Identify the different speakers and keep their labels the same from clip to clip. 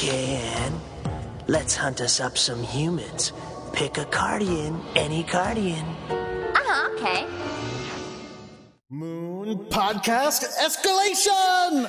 Speaker 1: Jan, let's hunt us up some humans. Pick a cardian, any cardian.
Speaker 2: Uh-huh, okay.
Speaker 3: Moon Podcast Escalation!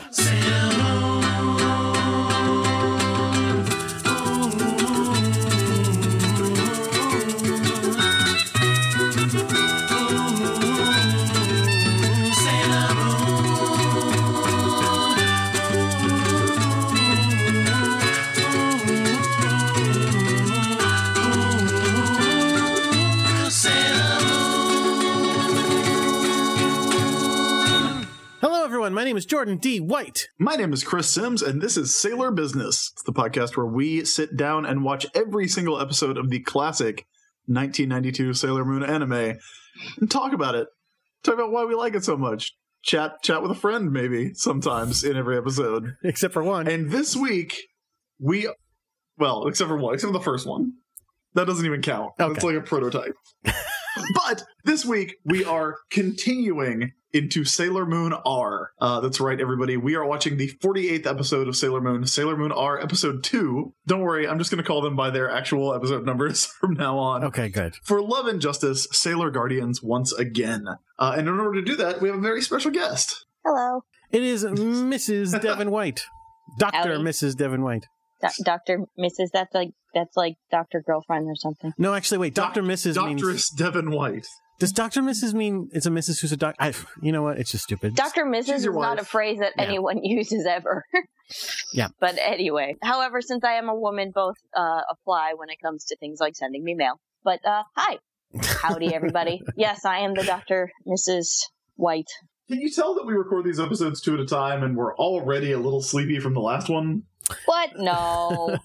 Speaker 4: Hello, everyone. My name is Jordan D. White.
Speaker 5: My name is Chris Sims, and this is Sailor Business. It's the podcast where we sit down and watch every single episode of the classic 1992 Sailor Moon anime and talk about it. Talk about why we like it so much. Chat, chat with a friend, maybe sometimes in every episode.
Speaker 4: Except for one.
Speaker 5: And this week, we, well, except for one, except for the first one, that doesn't even count. That's
Speaker 4: Okay.
Speaker 5: like a prototype. but this week we are continuing into Sailor Moon R. Uh, that's right, everybody. We are watching the 48th episode of Sailor Moon, Sailor Moon R, episode two. Don't worry, I'm just going to call them by their actual episode numbers from now on.
Speaker 4: okay, good.
Speaker 5: For love and justice, Sailor Guardians once again. Uh, and in order to do that, we have a very special guest.
Speaker 2: Hello.
Speaker 4: It is Mrs. Devin White. Dr.
Speaker 2: Howdy.
Speaker 4: Mrs. Devin White.
Speaker 2: Do- Dr. Mrs. That's like that's like Dr. Girlfriend or something.
Speaker 4: No, actually, wait. Dr. Mrs. means.
Speaker 5: Doctress Devin White.
Speaker 4: Does Dr. Mrs. mean it's a Mrs. who's a doc? I, you know what? It's just stupid.
Speaker 2: Dr. Mrs. is
Speaker 5: your
Speaker 2: not a
Speaker 5: wife.
Speaker 2: phrase that
Speaker 4: Yeah.
Speaker 2: anyone uses ever.
Speaker 4: Yeah.
Speaker 2: But anyway, however, since I am a woman, both uh, apply when it comes to things like sending me mail. But uh, hi, howdy, everybody. yes, I am the Dr. Mrs. White.
Speaker 5: Can you tell that we record these episodes two at a time and we're already a little sleepy from the last one?
Speaker 2: What? No,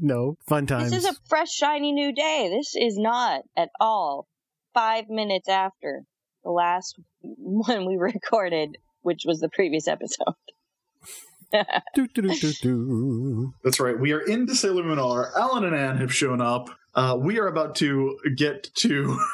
Speaker 4: no. Fun times.
Speaker 2: this is a fresh, shiny new day. This is not at all five minutes after the last one we recorded, which was the previous episode.
Speaker 4: Do, do, do, do, do.
Speaker 5: That's right. We are into Sailor Moon R. Alan and Anne have shown up. Uh, we are about to get to.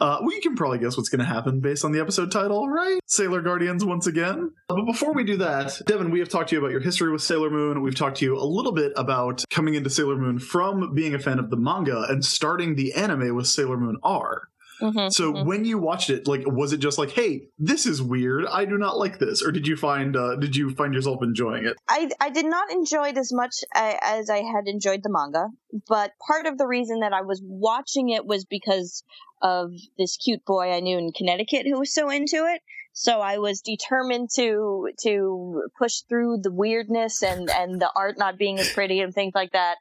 Speaker 5: Uh, we can probably guess what's going to happen based on the episode title, right? Sailor Guardians once again. Uh, But before we do that, Devin, we have talked to you about your history with Sailor Moon. We've talked to you a little bit about coming into Sailor Moon from being a fan of the manga and starting the anime with Sailor Moon R.
Speaker 2: Mhm,
Speaker 5: So
Speaker 2: mhm.
Speaker 5: when you watched it, like, was it just like, "Hey, this is weird. I do not like this," or did you find uh, did you find yourself enjoying it?
Speaker 2: I, I did not enjoy it as much a- as I had enjoyed the manga, but part of the reason that I was watching it was because of this cute boy I knew in Connecticut who was so into it. So I was determined to to push through the weirdness and, and the art not being as pretty and things like that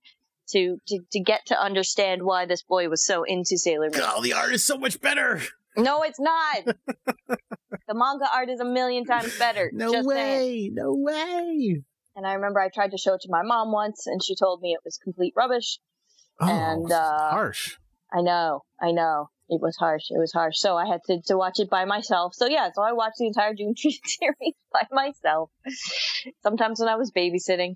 Speaker 2: to, to to get to understand why this boy was so into Sailor Moon.
Speaker 4: Oh, the art is so much better.
Speaker 2: No, it's not. the manga art is a million times better.
Speaker 4: No
Speaker 2: Just
Speaker 4: way.
Speaker 2: saying.
Speaker 4: No way.
Speaker 2: And I remember I tried to show it to my mom once, and she told me it was complete rubbish.
Speaker 4: Oh,
Speaker 2: And, uh,
Speaker 4: harsh.
Speaker 2: I know, I know. It was harsh. It was harsh. So I had to, to watch it by myself. So yeah, so I watched the entire June Tree series by myself. Sometimes when I was babysitting,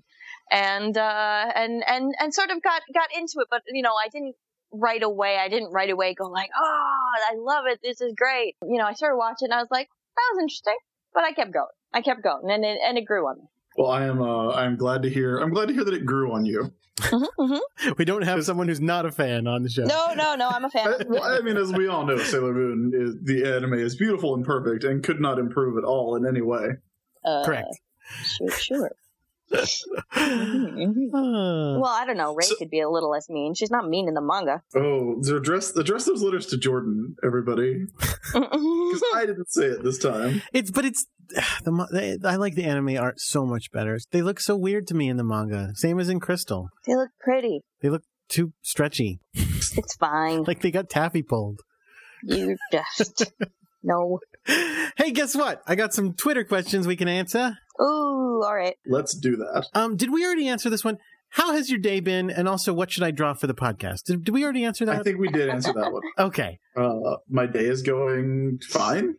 Speaker 2: and uh, and and and sort of got got into it. But you know, I didn't right away. I didn't right away go like, oh, I love it. This is great. You know, I started watching. and I was like, that was interesting. But I kept going. I kept going, and it, and it grew on me.
Speaker 5: Well, I am. Uh, I'm glad to hear. I'm glad to hear that it grew on you.
Speaker 4: We don't have someone who's not a fan on the show.
Speaker 2: No, no, no. I'm a fan.
Speaker 5: I, well, I mean, as we all know, Sailor Moon is the anime is beautiful and perfect, and could not improve at all in any way.
Speaker 2: Uh,
Speaker 4: Correct.
Speaker 2: Sure, sure. Mm-hmm.
Speaker 4: Uh,
Speaker 2: Well, I don't know. Ray
Speaker 5: So-
Speaker 2: could be a little less mean. She's not mean in the manga.
Speaker 5: Oh, so address address those letters to Jordan, everybody, because I didn't say it this time.
Speaker 4: It's but it's the mo- they, I like the anime art so much better. They look so weird to me in the manga. Same as in Crystal.
Speaker 2: they look pretty.
Speaker 4: They look too stretchy.
Speaker 2: It's fine.
Speaker 4: Like they got taffy pulled.
Speaker 2: You just no.
Speaker 4: Hey, guess what? I got some Twitter questions we can answer.
Speaker 2: Ooh, all right.
Speaker 5: Let's do that.
Speaker 4: Um, did we already answer this one? How has your day been? And also, what should I draw for the podcast? Did, did we already answer
Speaker 5: I
Speaker 4: that?
Speaker 5: think we did answer that one.
Speaker 4: okay.
Speaker 5: Uh, my day is going fine.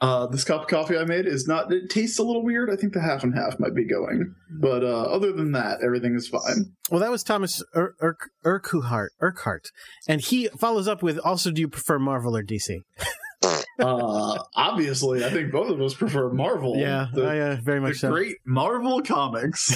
Speaker 5: Uh, this cup of coffee I made is not. It tastes a little weird. I think the half and half might be going, but uh, other than that, everything is fine.
Speaker 4: Well, that was Thomas Er- Erk- Urquhart, Urquhart, and he follows up with, "Also, do you prefer Marvel or DC?"
Speaker 5: Uh, obviously, I think both of us prefer Marvel.
Speaker 4: yeah,
Speaker 5: The-
Speaker 4: I, uh, very much
Speaker 5: the
Speaker 4: so.
Speaker 5: great Marvel comics.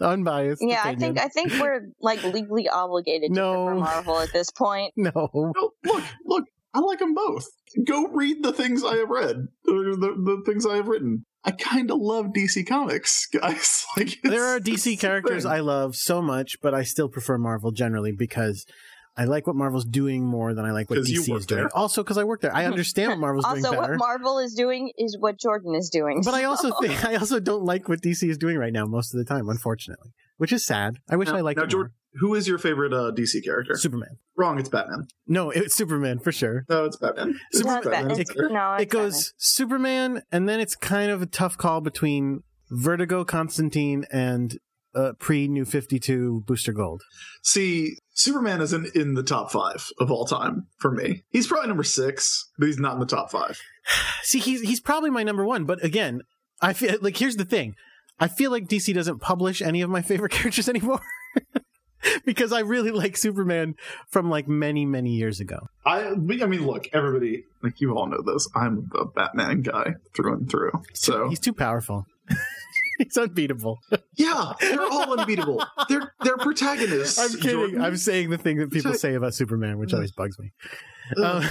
Speaker 4: Unbiased.
Speaker 2: Yeah, I
Speaker 4: opinion.
Speaker 2: think I think we're like legally obligated to
Speaker 4: No.
Speaker 2: cover Marvel at this point.
Speaker 4: no.
Speaker 5: No, look, look, I like them both. Go read the things I have read, or the, the things I have written. I kind of love DC Comics, guys. Like it's-
Speaker 4: There are
Speaker 5: it's the
Speaker 4: DC characters
Speaker 5: thing.
Speaker 4: I love so much, but I still prefer Marvel generally because I like what Marvel's doing more than I like what
Speaker 5: 'Cause you
Speaker 4: DC is
Speaker 5: work
Speaker 4: doing.
Speaker 5: there.
Speaker 4: Also, because I work there, I understand what Marvel's doing
Speaker 2: Also,
Speaker 4: better.
Speaker 2: what Marvel is doing is what Jordan is doing.
Speaker 4: but I also
Speaker 2: So-
Speaker 4: think I also don't like what DC is doing right now most of the time, unfortunately, which is sad. I wish
Speaker 5: Now-
Speaker 4: I liked
Speaker 5: now,
Speaker 4: it
Speaker 5: Jordan, Who is your favorite uh, DC character?
Speaker 4: more. Superman.
Speaker 5: Wrong, it's Batman.
Speaker 4: No, it's Superman for sure.
Speaker 5: No, it's Batman. It's
Speaker 2: no, it's Batman.
Speaker 5: It's
Speaker 2: It's- no,
Speaker 4: it
Speaker 2: it's
Speaker 4: goes
Speaker 2: Batman.
Speaker 4: Superman, and then it's kind of a tough call between Vertigo, Constantine, and uh, pre New Fifty Two Booster Gold.
Speaker 5: See, Superman isn't in the top five of all time for me. He's probably number six, but he's not in the top five.
Speaker 4: See, he's he's probably my number one, but again, I feel like here's the thing: I feel like DC doesn't publish any of my favorite characters anymore. Because I really like Superman from like many, many years ago.
Speaker 5: I, we- I mean, look, everybody, like you all know this. I'm a Batman guy through and through. So
Speaker 4: He's too powerful. he's unbeatable.
Speaker 5: yeah, they're all unbeatable. They're they're protagonists.
Speaker 4: I'm kidding.
Speaker 5: Jordan.
Speaker 4: I'm saying the thing that people
Speaker 5: Sorry.
Speaker 4: say about Superman, which always bugs me. Um,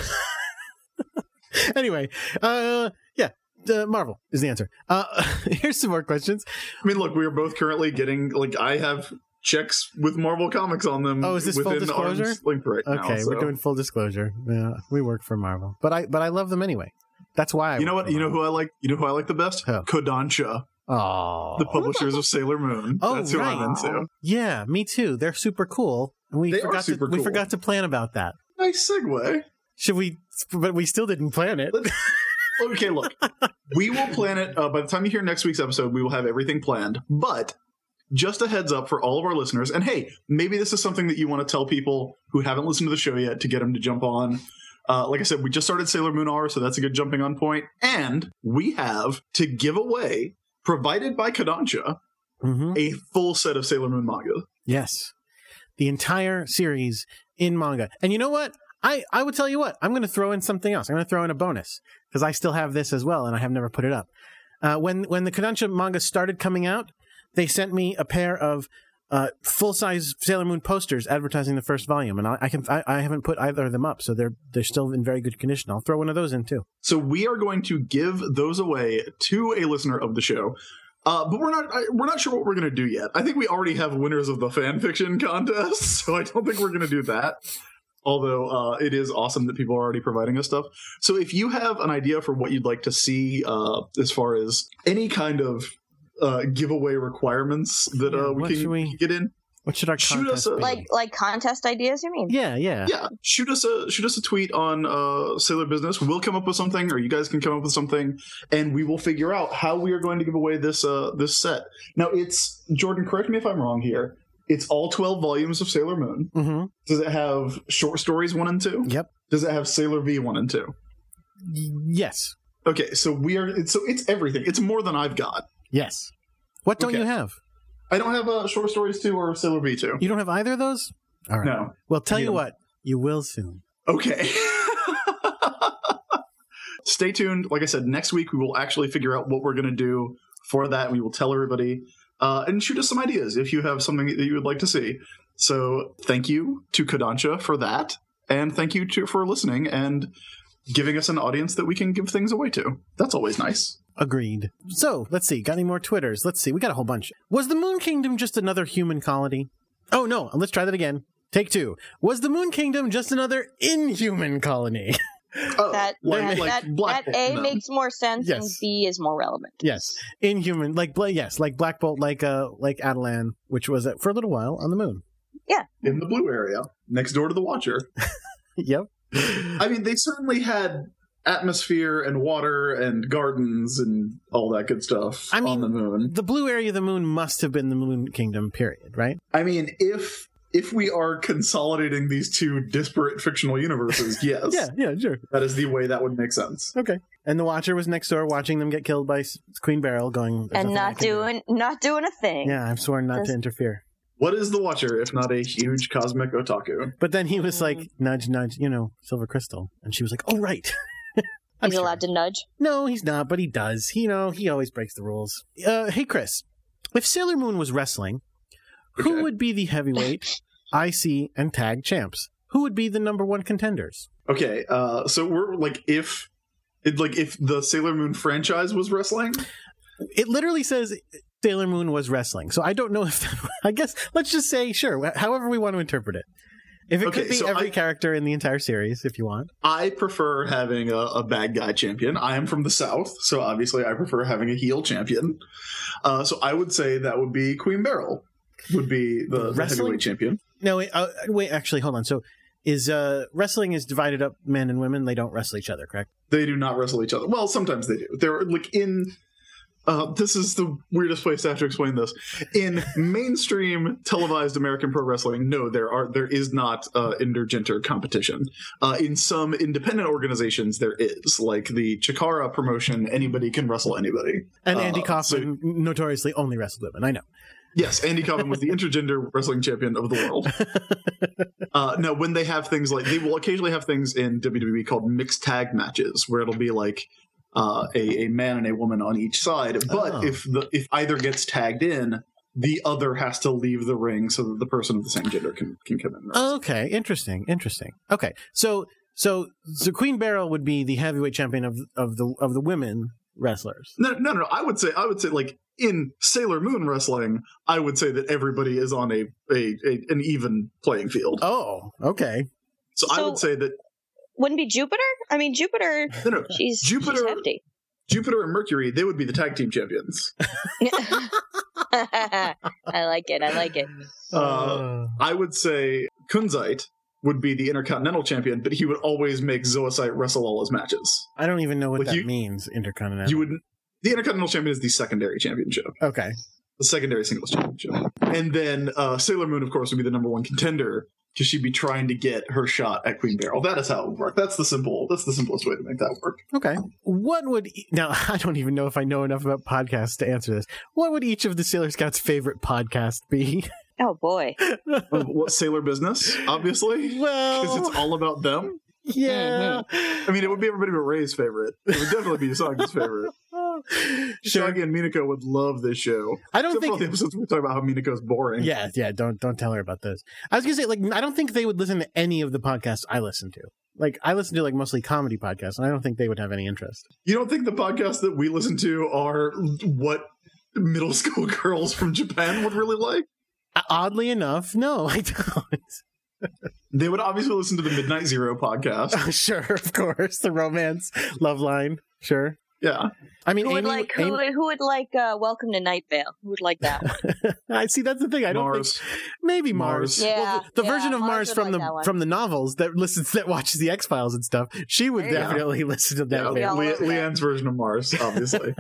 Speaker 5: Ugh.
Speaker 4: anyway, uh, yeah, uh, Marvel is the answer. Uh, here's some more questions.
Speaker 5: I mean, look, we are both currently getting like I have checks with Marvel Comics on them.
Speaker 4: Oh, is this full
Speaker 5: within
Speaker 4: disclosure?
Speaker 5: arm's length right now,
Speaker 4: Okay,
Speaker 5: so.
Speaker 4: we're doing full disclosure. Yeah, we work for Marvel, but I but I love them anyway. That's why I
Speaker 5: You know what? You know who I like. You know who I like the best?
Speaker 4: Who?
Speaker 5: Kodansha,
Speaker 4: Oh,
Speaker 5: the publishers of Sailor Moon.
Speaker 4: Oh,
Speaker 5: That's who
Speaker 4: right.
Speaker 5: I'm into.
Speaker 4: yeah, me too. They're super cool. And we
Speaker 5: They are
Speaker 4: forgot
Speaker 5: super
Speaker 4: to, we
Speaker 5: cool.
Speaker 4: forgot to plan about that.
Speaker 5: Nice segue.
Speaker 4: Should we? But we still didn't plan it.
Speaker 5: Let's- Okay, look, we will plan it. Uh, by the time you hear next week's episode, we will have everything planned. But just a heads up for all of our listeners, and hey, maybe this is something that you want to tell people who haven't listened to the show yet to get them to jump on. Uh, like I said, we just started Sailor Moon R, so that's a good jumping on point. And we have to give away, provided by Kodansha,
Speaker 4: Mhm.
Speaker 5: a full set of Sailor Moon manga.
Speaker 4: Yes. The entire series in manga. And you know what? I, I would tell you what, I'm going to throw in something else. I'm going to throw in a bonus because I still have this as well and I have never put it up. Uh, when, when the Kodansha manga started coming out, they sent me a pair of uh, full size Sailor Moon posters advertising the first volume. And I, I, can, I, I haven't put either of them up, so they're, they're still in very good condition. I'll throw one of those in too.
Speaker 5: So we are going to give those away to a listener of the show. Uh, but we're not I, we're not sure what we're going to do yet. I think we already have winners of the fan fiction contest, so I don't think we're going to do that. Although uh, it is awesome that people are already providing us stuff. So if you have an idea for what you'd like to see uh, as far as any kind of uh, giveaway requirements that
Speaker 4: Yeah,
Speaker 5: uh,
Speaker 4: what
Speaker 5: we can
Speaker 4: should we-
Speaker 5: get in,
Speaker 4: What should our
Speaker 5: Shoot us
Speaker 4: contest
Speaker 5: a-
Speaker 4: be?
Speaker 2: like like contest ideas. You mean?
Speaker 4: yeah, yeah.
Speaker 5: yeah shoot us a shoot us a tweet on uh sailor business we'll come up with something or you guys can come up with something and we will figure out how we are going to give away this uh this set now it's jordan correct me if i'm wrong here it's all 12 volumes of sailor moon
Speaker 4: hmm
Speaker 5: does it have short stories one and two
Speaker 4: Yep.
Speaker 5: does it have sailor v one and two
Speaker 4: Yes.
Speaker 5: okay so we are it's, so it's everything it's more than i've got
Speaker 4: Yes. What don't
Speaker 5: Okay.
Speaker 4: you have?
Speaker 5: i don't have uh, short stories two or sailor v two
Speaker 4: You don't have either of those? All right.
Speaker 5: no
Speaker 4: Well, tell
Speaker 5: Need
Speaker 4: you
Speaker 5: 'em.
Speaker 4: what, you will soon.
Speaker 5: Okay. Stay tuned. Like I said, next week we will actually figure out what we're going to do for that. We will tell everybody uh, and shoot us some ideas if you have something that you would like to see. So thank you to Kodansha for that. And thank you to, for listening and giving us an audience that we can give things away to. That's always nice.
Speaker 4: Agreed. So, let's see. Got any more Twitters? Let's see. We got a whole bunch. Was the Moon Kingdom just another human colony? Oh, no. Let's try that again. Take two. Was the Moon Kingdom just another inhuman colony?
Speaker 5: Oh,
Speaker 2: That that, that, that
Speaker 5: Black
Speaker 2: A
Speaker 5: Bolt and them.
Speaker 2: makes more sense and
Speaker 4: Yes.
Speaker 2: B is more relevant.
Speaker 4: yes. Inhuman. Like, bla- yes, like Black Bolt, like, uh, like Adelan, which was uh, for a little while on the moon.
Speaker 5: in the blue area next door to the Watcher.
Speaker 4: yep.
Speaker 5: I mean, they certainly had atmosphere and water and gardens and all that good stuff
Speaker 4: I mean-
Speaker 5: on the moon.
Speaker 4: The blue area of the moon must have been the Moon Kingdom, period, right?
Speaker 5: I mean, if if we are consolidating these two disparate fictional universes, yes,
Speaker 4: yeah, sure.
Speaker 5: that is the way that would make sense.
Speaker 4: And the Watcher was next door watching them get killed by S- Queen Beryl, going, "There's
Speaker 2: and
Speaker 4: nothing I
Speaker 2: not
Speaker 4: can do."
Speaker 2: doing not doing a thing.
Speaker 4: Yeah, I've sworn not to
Speaker 2: There's-
Speaker 4: interfere.
Speaker 5: What is the Watcher if not a huge cosmic otaku?
Speaker 4: But then he was
Speaker 2: Mm.
Speaker 4: like, nudge, nudge, you know, silver crystal. And she was like, oh, right. I'm
Speaker 2: He's
Speaker 4: sure.
Speaker 2: allowed to nudge.
Speaker 4: No, he's not, but he does. He, you know, he always breaks the rules. Uh, hey, Chris, if Sailor Moon was wrestling, Who would be the heavyweight, IC, and tag champs? Who would be the number one contenders?
Speaker 5: Okay, uh, so we're like if, it, like if the Sailor Moon franchise was wrestling,
Speaker 4: It literally says Sailor Moon was wrestling, so I don't know if I guess let's just say sure, however we want to interpret it. If it
Speaker 5: Okay,
Speaker 4: could be
Speaker 5: so
Speaker 4: every
Speaker 5: I-
Speaker 4: character in the entire series, if you want.
Speaker 5: I prefer having a, a bad guy champion. I am from the South, so obviously I prefer having a heel champion. Uh, so I would say that would be Queen Beryl would be the, the
Speaker 4: Wrestling?
Speaker 5: heavyweight champion.
Speaker 4: No, wait, uh, wait, actually, hold on. So, is uh, wrestling is divided up men and women? They don't wrestle each other, correct?
Speaker 5: They do not wrestle each other. Well, sometimes they do. They're like in. Uh, this is the weirdest place to have to explain this. In mainstream televised American pro wrestling, no, there are there is not uh, intergender competition. Uh, in some independent organizations, there is, like the Chikara promotion. Anybody can wrestle anybody.
Speaker 4: And Andy
Speaker 5: Uh,
Speaker 4: Kaufman notoriously only wrestled women. I know.
Speaker 5: Yes, Andy Kaufman was the intergender wrestling champion of the world. Uh, no, when they have things like they will occasionally have things in WWE called mixed tag matches, where it'll be like uh, a, a man and a woman on each side. But
Speaker 4: Oh.
Speaker 5: if the if either gets tagged in, the other has to leave the ring so that the person of the same gender can can come in.
Speaker 4: Okay, interesting, interesting. Okay, so so so Queen Beryl would be the heavyweight champion of of the of the women wrestlers.
Speaker 5: No, no, no. I would say I would say like in Sailor Moon wrestling, I would say that everybody is on a a, a an even playing field.
Speaker 4: Oh, okay.
Speaker 5: So, I would
Speaker 2: So-
Speaker 5: say that
Speaker 2: Wouldn't be Jupiter? I mean, Jupiter.
Speaker 5: no, no.
Speaker 2: She's Jupiter.
Speaker 5: Jupiter-
Speaker 2: hefty.
Speaker 5: Jupiter and Mercury, they would be the tag team champions.
Speaker 2: I like it. I like it.
Speaker 5: Uh, I would say Kunzite would be the Intercontinental champion, but he would always make Zoocyte wrestle all his matches.
Speaker 4: I don't even know what
Speaker 5: like
Speaker 4: that
Speaker 5: you-
Speaker 4: means. Intercontinental.
Speaker 5: You wouldn't. The Intercontinental champion is the secondary championship,
Speaker 4: okay.
Speaker 5: the secondary singles championship. And then uh, Sailor Moon, of course, would be the number one contender because she'd be trying to get her shot at Queen Beryl. That is how it would work. That's the simple. That's the simplest way to make that work.
Speaker 4: Okay. What would e- now? I don't even know if I know enough about podcasts to answer this. What would each of the Sailor Scouts' favorite podcast be?
Speaker 2: Oh boy.
Speaker 5: Uh, what Sailor business, obviously, because
Speaker 4: well,
Speaker 5: it's all about them.
Speaker 4: yeah.
Speaker 5: I mean, it would be everybody but Ray's favorite. It would definitely be Usagi's favorite.
Speaker 4: sure.
Speaker 5: Shaggy and Minako would love this show.
Speaker 4: Oh, I don't
Speaker 5: Except for all
Speaker 4: think
Speaker 5: the episodes we talk about how Minako's boring.
Speaker 4: Yeah, yeah. Don't don't tell her about this. I was gonna say, like, I don't think they would listen to any of the podcasts I listen to. Like, I listen to like mostly comedy podcasts, and I don't think they would have any interest.
Speaker 5: You don't think the podcasts that we listen to are what middle school girls from Japan would really like?
Speaker 4: O- Uh, Oddly enough, no, I don't.
Speaker 5: They would obviously listen to the Midnight Zero podcast.
Speaker 4: sure, of course, the romance love line. Sure.
Speaker 5: Yeah.
Speaker 4: I mean,
Speaker 2: Who would
Speaker 4: Amy,
Speaker 2: like who,
Speaker 4: Amy-
Speaker 2: would- who would like uh, Welcome to Night Vale? Who would like that? one?
Speaker 4: I see. That's the thing. I don't
Speaker 5: Mars.
Speaker 4: think maybe Mars.
Speaker 5: Mars.
Speaker 2: Yeah,
Speaker 4: Well, the the
Speaker 2: yeah,
Speaker 4: version of Mars,
Speaker 2: Mars would
Speaker 4: from
Speaker 2: like
Speaker 4: the
Speaker 2: that one.
Speaker 4: from the novels that listens that watches the X Files and stuff. She would
Speaker 2: There you go.
Speaker 4: definitely listen to
Speaker 5: Yeah,
Speaker 4: that.
Speaker 2: we all
Speaker 5: Le-
Speaker 2: over that.
Speaker 5: Leanne's version of Mars, obviously.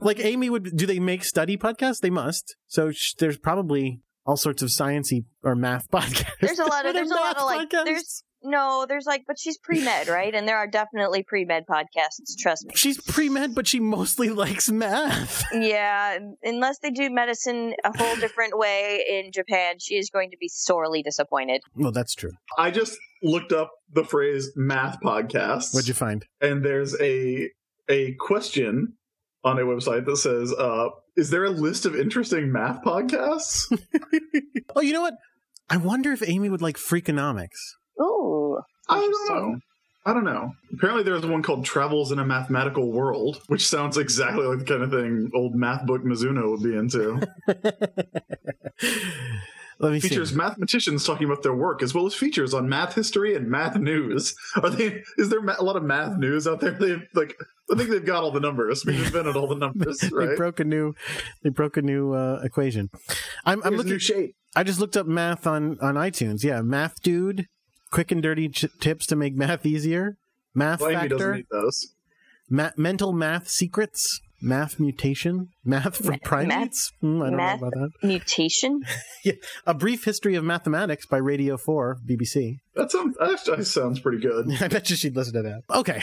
Speaker 4: like Amy would do they make study podcasts? They must. So sh- there's probably all sorts of sciencey or math podcasts.
Speaker 2: There's a lot
Speaker 4: Are
Speaker 2: of
Speaker 4: there
Speaker 2: there's a lot
Speaker 4: math
Speaker 2: of like
Speaker 4: podcasts?
Speaker 2: there's no there's like but she's pre med right and there are definitely pre med podcasts. Trust me.
Speaker 4: She's pre-med but she mostly likes math.
Speaker 2: Yeah, unless they do medicine a whole different way in Japan, she is going to be sorely disappointed.
Speaker 4: Well, that's true.
Speaker 5: I just looked up the phrase math podcasts.
Speaker 4: What'd you find?
Speaker 5: and there's a a question on a website that says, uh, "Is there a list of interesting math podcasts?"
Speaker 4: Oh, you know what? I wonder if Amy would like freakonomics.
Speaker 2: Ooh.
Speaker 5: I don't know. I don't know. Apparently, there's one called "Travels in a Mathematical World," which sounds exactly like the kind of thing old math book Mizuno would be into.
Speaker 4: Let me
Speaker 5: features
Speaker 4: see.
Speaker 5: mathematicians talking about their work, as well as features on math history and math news. Are they? Is there ma- a lot of math news out there? They like. I think they've got all the numbers. We've invented all the numbers,
Speaker 4: They
Speaker 5: right?
Speaker 4: broke a new they broke a new uh, equation. I'm, I'm
Speaker 5: Here's
Speaker 4: looking
Speaker 5: new shape.
Speaker 4: I just looked up math on on iTunes. Yeah, math dude, quick and dirty ch- tips to make math easier. Math
Speaker 5: Well, Amy doesn't
Speaker 4: factor.
Speaker 5: need those.
Speaker 4: Ma- mental math secrets, math mutation, math for primates. Hmm, I don't
Speaker 2: math-
Speaker 4: know about that.
Speaker 2: Mutation?
Speaker 4: A brief history of mathematics by Radio Four, BBC.
Speaker 5: That sounds that actually sounds pretty good.
Speaker 4: I bet you she'd listen to that. Okay.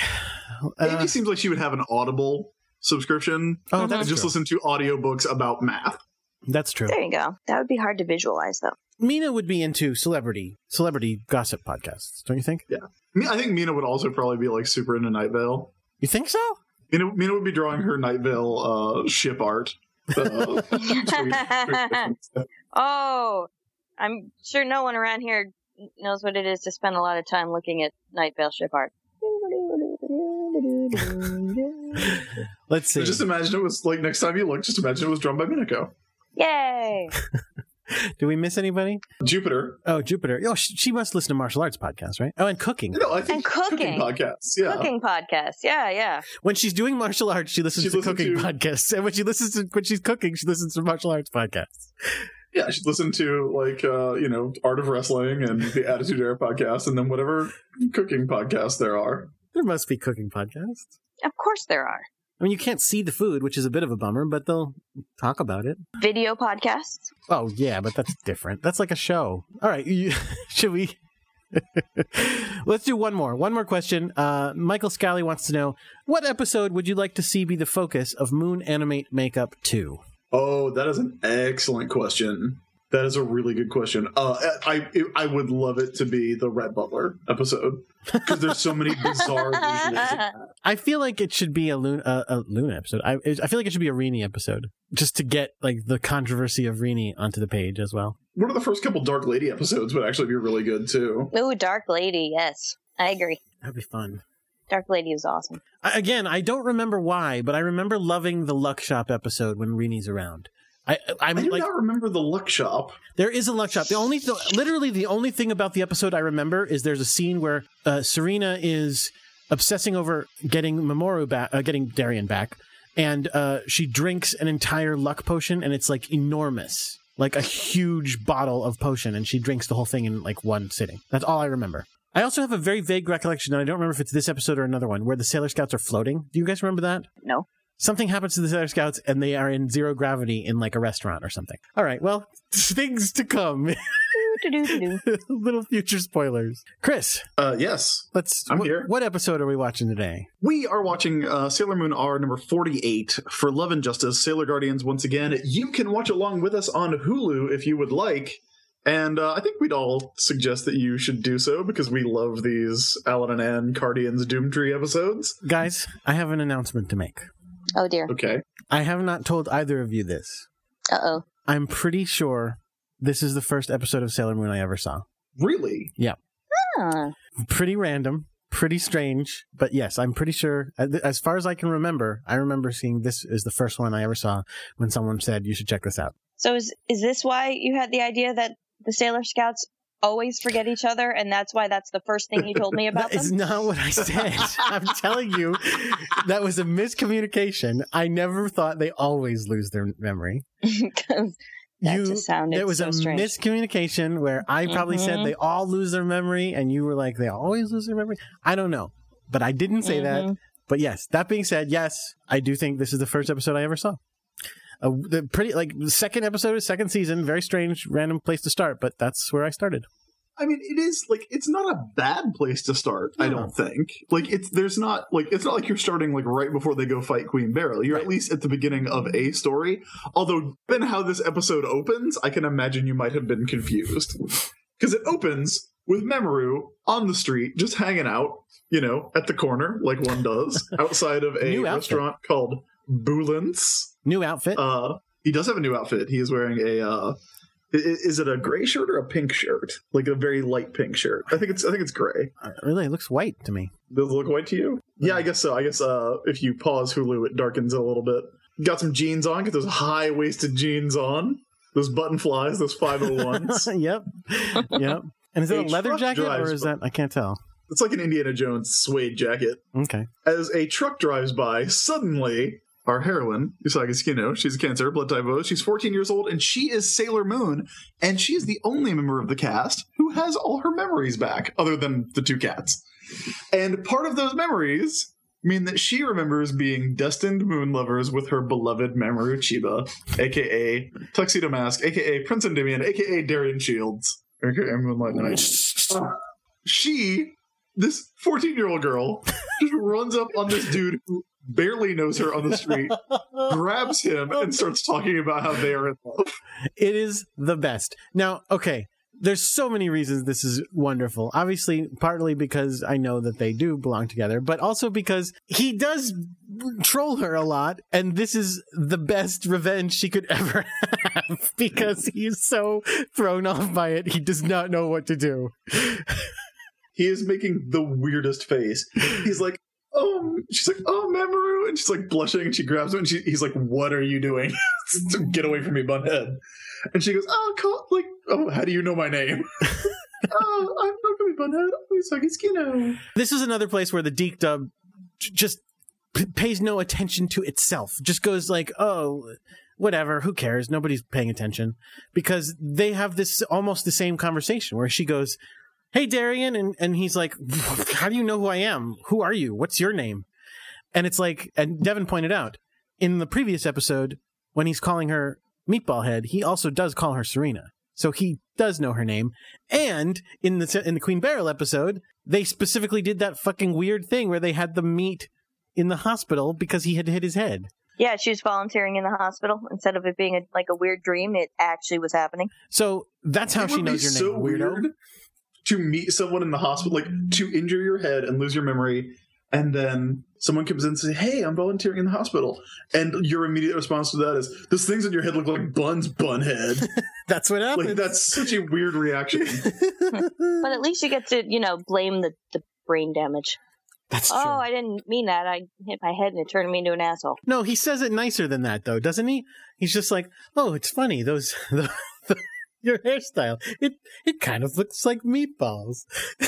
Speaker 5: Amy
Speaker 4: Uh,
Speaker 5: seems like she would have an Audible subscription
Speaker 4: oh,
Speaker 5: and
Speaker 4: that's
Speaker 5: just
Speaker 4: true.
Speaker 5: listen to audiobooks about math.
Speaker 4: That's true.
Speaker 2: There you go. That would be hard to visualize, though.
Speaker 4: Mina would be into celebrity celebrity gossip podcasts, don't you think?
Speaker 5: I mean, I think Mina would also probably be like super into Night Vale.
Speaker 4: You think so?
Speaker 5: Mina, Mina would be drawing her Night Vale uh, ship art. So, tweet, tweet.
Speaker 2: Oh, I'm sure no one around here knows what it is to spend a lot of time looking at Night Vale Shipyard.
Speaker 4: Let's
Speaker 5: So
Speaker 4: see.
Speaker 5: just imagine it was like next time you look, just imagine it was drawn by Minako.
Speaker 2: Yay!
Speaker 4: Do we miss anybody?
Speaker 5: Jupiter.
Speaker 4: Oh, Jupiter. Oh, she, she must listen to martial arts podcasts, right? Oh, and cooking.
Speaker 5: No, I think
Speaker 2: And cooking.
Speaker 5: podcasts. Yeah.
Speaker 2: Cooking podcast. Yeah, yeah.
Speaker 4: When she's doing martial arts, she listens
Speaker 5: She
Speaker 4: to
Speaker 5: listens
Speaker 4: cooking
Speaker 5: to-
Speaker 4: podcasts, and when she listens to when she's cooking, she listens to martial arts podcasts.
Speaker 5: Yeah, I should listen to like uh, you know, Art of Wrestling and the Attitude Era podcast and then whatever cooking podcasts there are.
Speaker 4: There must be cooking podcasts.
Speaker 2: Of course there are.
Speaker 4: I mean, you can't see the food, which is a bit of a bummer, but they'll talk about it.
Speaker 2: Video podcasts.
Speaker 4: Oh yeah, but that's different. That's like a show. All right, you, should we? Let's do one more. One more question. Uh, Michael Scally wants to know what episode would you like to see be the focus of Moon Animate Makeup Two?
Speaker 5: Oh, that is an excellent question. That is a really good question. Uh, I I I would love it to be the Red Butler episode because there's so many bizarre visuals in that.
Speaker 4: I feel like it should be a Luna, a, a Luna episode. I, I feel like it should be a Rini episode, just to get like the controversy of Rini onto the page as well.
Speaker 5: One of the first couple Dark Lady episodes would actually be really good too.
Speaker 2: Ooh, Dark Lady. Yes, I agree.
Speaker 4: That'd be fun.
Speaker 2: Dark Lady was awesome.
Speaker 4: I, again, I don't remember why, but I remember loving the Luck Shop episode when Rini's around. I, I'm
Speaker 5: I do
Speaker 4: like,
Speaker 5: not remember the Luck Shop.
Speaker 4: there is a Luck Shop. The only, th- literally, the only thing about the episode I remember is there's a scene where uh, Serena is obsessing over getting Mamoru back, uh, getting Darian back, and uh, she drinks an entire luck potion, and it's like enormous, like a huge bottle of potion, and she drinks the whole thing in like one sitting. That's all I remember. I also have a very vague recollection, and I don't remember if it's this episode or another one, where the Sailor Scouts are floating. Do you guys remember that?
Speaker 2: No.
Speaker 4: Something happens to the Sailor Scouts, and they are in zero gravity in like a restaurant or something. All right, well, things to come.
Speaker 2: Doo-doo-doo-doo.
Speaker 4: Little future spoilers. Chris,
Speaker 5: Uh, yes,
Speaker 4: let's.
Speaker 5: I'm
Speaker 4: wh-
Speaker 5: here.
Speaker 4: What episode are we watching today?
Speaker 5: We are watching uh, Sailor Moon R number 48 for Love and Justice, Sailor Guardians once again. You can watch along with us on Hulu if you would like. And uh, I think we'd all suggest that you should do so because we love these Alan and Ann Guardians Doomtree episodes.
Speaker 4: Guys, I have an announcement to make.
Speaker 2: Oh dear.
Speaker 5: Okay.
Speaker 4: I have not told either of you this.
Speaker 2: Uh oh.
Speaker 4: I'm pretty sure this is the first episode of Sailor Moon I ever saw.
Speaker 5: Really?
Speaker 2: Ah.
Speaker 4: Pretty random, pretty strange, but yes, I'm pretty sure, as far as I can remember, I remember seeing this is the first one I ever saw when someone said, you should check this out.
Speaker 2: So is is this why you had the idea that the Sailor Scouts always forget each other, and that's why that's the first thing you told me about
Speaker 4: That is
Speaker 2: them?
Speaker 4: not what I said. I'm telling you, that was a miscommunication. I never thought they always lose their memory.
Speaker 2: 'Cause that
Speaker 4: You-
Speaker 2: just sounded
Speaker 4: There was
Speaker 2: so
Speaker 4: a
Speaker 2: strange.
Speaker 4: miscommunication where I probably said
Speaker 2: Mhm.
Speaker 4: they all lose their memory, and you were like, they always lose their memory. I don't know, but I didn't say that.
Speaker 2: Mhm.
Speaker 4: But yes, that being said, yes, I do think this is the first episode I ever saw. Uh, the pretty like the second episode, second season, very strange, random place to start, but that's where I started.
Speaker 5: I mean, it is like it's not a bad place to start. I
Speaker 4: No.
Speaker 5: don't think. Like it's there's not like it's not like you're starting like right before they go fight Queen Beryl. You're at least at the beginning of a story. Although, given how this episode opens, I can imagine you might have been confused because it opens with Memoru on the street just hanging out, you know, at the corner like one does outside of a
Speaker 4: New outfit.
Speaker 5: restaurant called Boulance.
Speaker 4: New outfit.
Speaker 5: Uh, he does have a new outfit. He is wearing a. Uh, i- i- is it a gray shirt or a pink shirt? Like a very light pink shirt. I think it's. I think it's gray.
Speaker 4: Uh, really, it looks white to me.
Speaker 5: Does it look white to you? Yeah, I guess so. I guess uh, if you pause Hulu, it darkens a little bit. Got some jeans on. Got those high waisted jeans on. Those button flies. Those five hundred ones.
Speaker 4: yep, yep. And is it a
Speaker 5: A
Speaker 4: leather
Speaker 5: truck
Speaker 4: jacket or
Speaker 5: drives
Speaker 4: is that I can't tell?
Speaker 5: it's like an Indiana Jones suede jacket.
Speaker 4: Okay.
Speaker 5: As a truck drives by, suddenly our heroine, Usagi Tsukino, she's a cancer, blood type O, she's 14 years old, and she is Sailor Moon, and she is the only member of the cast who has all her memories back, other than the two cats. And part of those memories mean that she remembers being destined moon lovers with her beloved Mamoru Chiba, aka Tuxedo Mask, aka Prince Endymion, aka Darian Shields, aka Moonlight Knight. Uh, she, this 14 year old girl, just runs up on this dude who barely knows her on the street, grabs him, and starts talking about how they are in love.
Speaker 4: It is the best. Now, okay, there's so many reasons this is wonderful. Obviously, partly because I know that they do belong together, but also because he does troll her a lot, and this is the best revenge she could ever have because he is so thrown off by it. He does not know what to do.
Speaker 5: He is making the weirdest face. He's like, oh, she's like, oh, Mamoru. And she's like blushing and she grabs him and she, he's like, what are you doing? Get away from me, Bunhead. And she goes, oh, call, like, oh, how do you know my name? oh, I'm not going to be Bunhead. I'm Misaki Tsukino.
Speaker 4: This is another place where the Deke dub j- just p- pays no attention to itself. Just goes like, oh, whatever, who cares? Nobody's paying attention because they have this almost the same conversation where she goes, "Hey, Darian," and and he's like, "How do you know who I am? Who are you? What's your name?" And it's like, and Devin pointed out in the previous episode when he's calling her Meatball Head, he also does call her Serena. So he does know her name. And in the in the Queen Beryl episode, they specifically did that fucking weird thing where they had the meet in the hospital because he had hit his head.
Speaker 2: Yeah, she was volunteering in the hospital instead of it being a, like a weird dream. It actually was happening.
Speaker 4: So that's how
Speaker 5: It
Speaker 4: she
Speaker 5: would be
Speaker 4: knows your name, weirdo.
Speaker 5: to meet someone in the hospital, like to injure your head and lose your memory, and then someone comes in and says, "Hey, I'm volunteering in the hospital," and your immediate response to that is, "Those things in your head look like buns, bunhead."
Speaker 4: That's what happened.
Speaker 5: like that's such a weird reaction.
Speaker 2: But at least you get to, you know, blame the, the brain damage.
Speaker 4: That's true.
Speaker 2: Oh, I didn't mean that. I hit my head and it turned me into an asshole.
Speaker 4: No, he says it nicer than that, though, doesn't he? He's just like, "Oh, it's funny those the, the, your hairstyle. It it kind of looks like meatballs,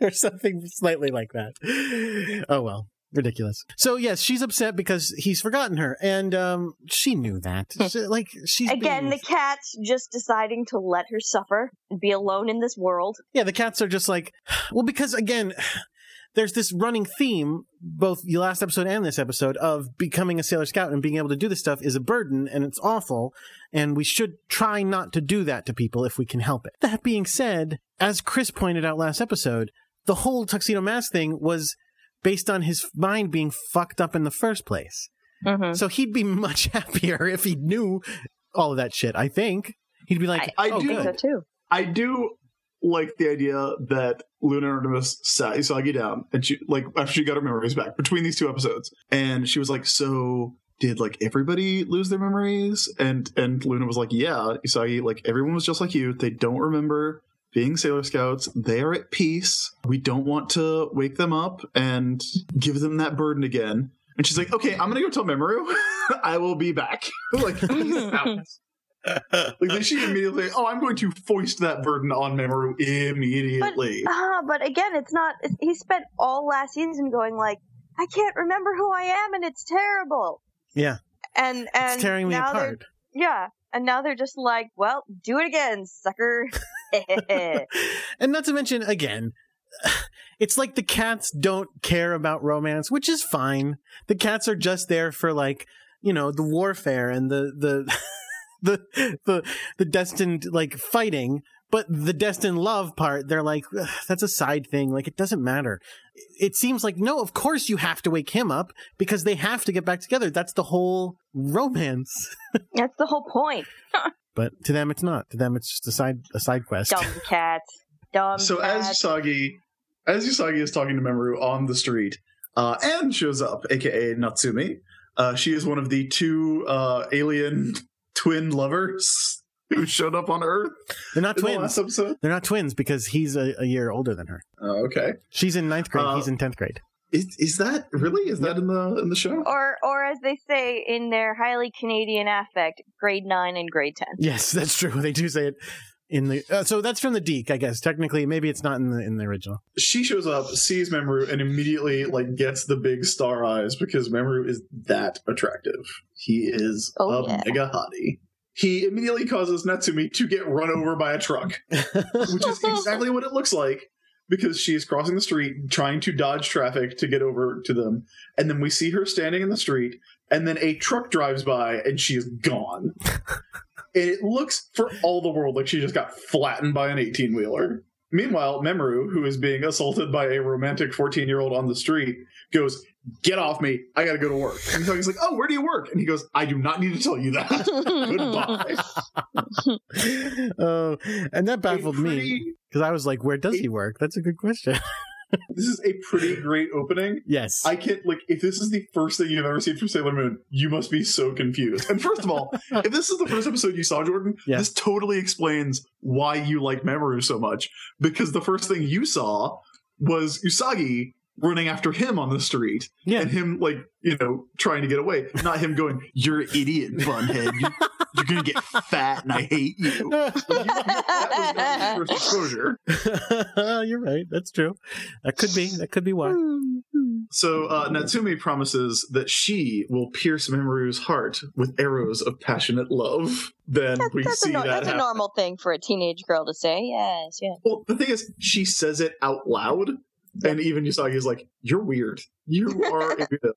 Speaker 4: or something slightly like that." Oh well, ridiculous. So yes, she's upset because he's forgotten her, and um, she knew that. She- like she's
Speaker 2: Again,
Speaker 4: being-
Speaker 2: the cat's just deciding to let her suffer and be alone in this world.
Speaker 4: Yeah, the cats are just like, well, because again, there's this running theme, both the last episode and this episode, of becoming a Sailor Scout and being able to do this stuff is a burden and it's awful. And we should try not to do that to people if we can help it. That being said, as Chris pointed out last episode, the whole tuxedo mask thing was based on his mind being fucked up in the first place.
Speaker 2: Mm-hmm.
Speaker 4: So he'd be much happier if he knew all of that shit, I think. He'd be like,
Speaker 5: I
Speaker 4: oh,
Speaker 5: do-
Speaker 4: good.
Speaker 2: So too.
Speaker 5: I do like the idea that Luna Artemis sat Isagi down and she like after she got her memories back between these two episodes, and she was like, "So did like everybody lose their memories?" And and Luna was like, "Yeah, Isagi, like everyone was just like you. They don't remember." Being Sailor Scouts, they are at peace. We don't want to wake them up and give them that burden again. And she's like, "Okay, I'm gonna go tell Memoru. I will be back." like, peace out. Like then she immediately, oh, I'm going to foist that burden on Mamoru immediately.
Speaker 2: Ah, but again, it's not. It's, he spent all last season going like, I can't remember who I am, and it's terrible.
Speaker 4: Yeah.
Speaker 2: And and
Speaker 4: it's tearing me
Speaker 2: now they're-
Speaker 4: apart.
Speaker 2: Yeah, and now they're just like, well, do it again, sucker.
Speaker 4: and not to mention again it's like the cats don't care about romance which is fine the cats are just there for like you know the warfare and the the the the, the destined like fighting but the destined love part they're like "Ugh, that's a side thing like it doesn't matter it seems like no of course you have to wake him up because they have to get back together that's the whole romance
Speaker 2: That's the whole point.
Speaker 4: but to them it's not to them it's just a side a side quest
Speaker 2: Dumb cats. Dumb
Speaker 5: so as
Speaker 2: cats.
Speaker 5: Usagi, as Usagi is talking to Mamoru on the street, uh, Anne shows up, aka Natsumi. Uh, she is one of the two uh, alien twin lovers who showed up on Earth
Speaker 4: they're not
Speaker 5: in the
Speaker 4: twins
Speaker 5: last episode.
Speaker 4: They're not twins because he's a, a year older than her.
Speaker 5: Oh, okay,
Speaker 4: She's in ninth grade.
Speaker 5: Uh,
Speaker 4: he's in tenth grade.
Speaker 5: is, is that really? Is that in the in the show?
Speaker 2: or, or as they say in their highly Canadian affect, grade nine and grade ten.
Speaker 4: Yes, that's true. They do say it in the. Uh, so that's from the Deke, I guess. Technically, maybe it's not in the in the original.
Speaker 5: she shows up, sees Mamoru, and immediately like gets the big star eyes because Mamoru is that attractive. He is
Speaker 2: Oh,
Speaker 5: a
Speaker 2: yeah.
Speaker 5: mega hottie. He immediately causes Natsumi to get run over by a truck, which is exactly what it looks like because she is crossing the street trying to dodge traffic to get over to them. And then we see her standing in the street, and then a truck drives by and she is gone. and it looks for all the world like she just got flattened by an 18 wheeler. Meanwhile, Memoru, who is being assaulted by a romantic 14 year old on the street, goes, Get off me. I got to go to work. And Takagi's like, Oh, where do you work? And he goes, I do not need to tell you that. Goodbye.
Speaker 4: oh, and that baffled
Speaker 5: A
Speaker 4: me
Speaker 5: pretty-
Speaker 4: because I was like, "Where does he work?" That's a good question.
Speaker 5: This is a pretty great opening.
Speaker 4: yes,
Speaker 5: I can't, like, if this is the first thing you've ever seen from Sailor Moon, you must be so confused. And first of all, if this is the first episode you saw, Jordan,
Speaker 4: Yeah.
Speaker 5: this totally explains why you like Memoru so much. Because the first thing you saw was Usagi running after him on the street.
Speaker 4: yeah.
Speaker 5: and him like you know trying to get away not him going you're an idiot bunhead you, you're gonna get fat and i hate you that was not his first exposure
Speaker 4: You're right. That's true. That could be. That could be why.
Speaker 5: so uh, natsumi promises that she will pierce memoru's heart with arrows of passionate love then we
Speaker 2: that's
Speaker 5: see
Speaker 2: a, nor-
Speaker 5: that
Speaker 2: that's a
Speaker 5: happen.
Speaker 2: normal thing for a teenage girl to say. Yes, yes.
Speaker 5: well the thing is she says it out loud and even usagi is like you're weird you are a weirdo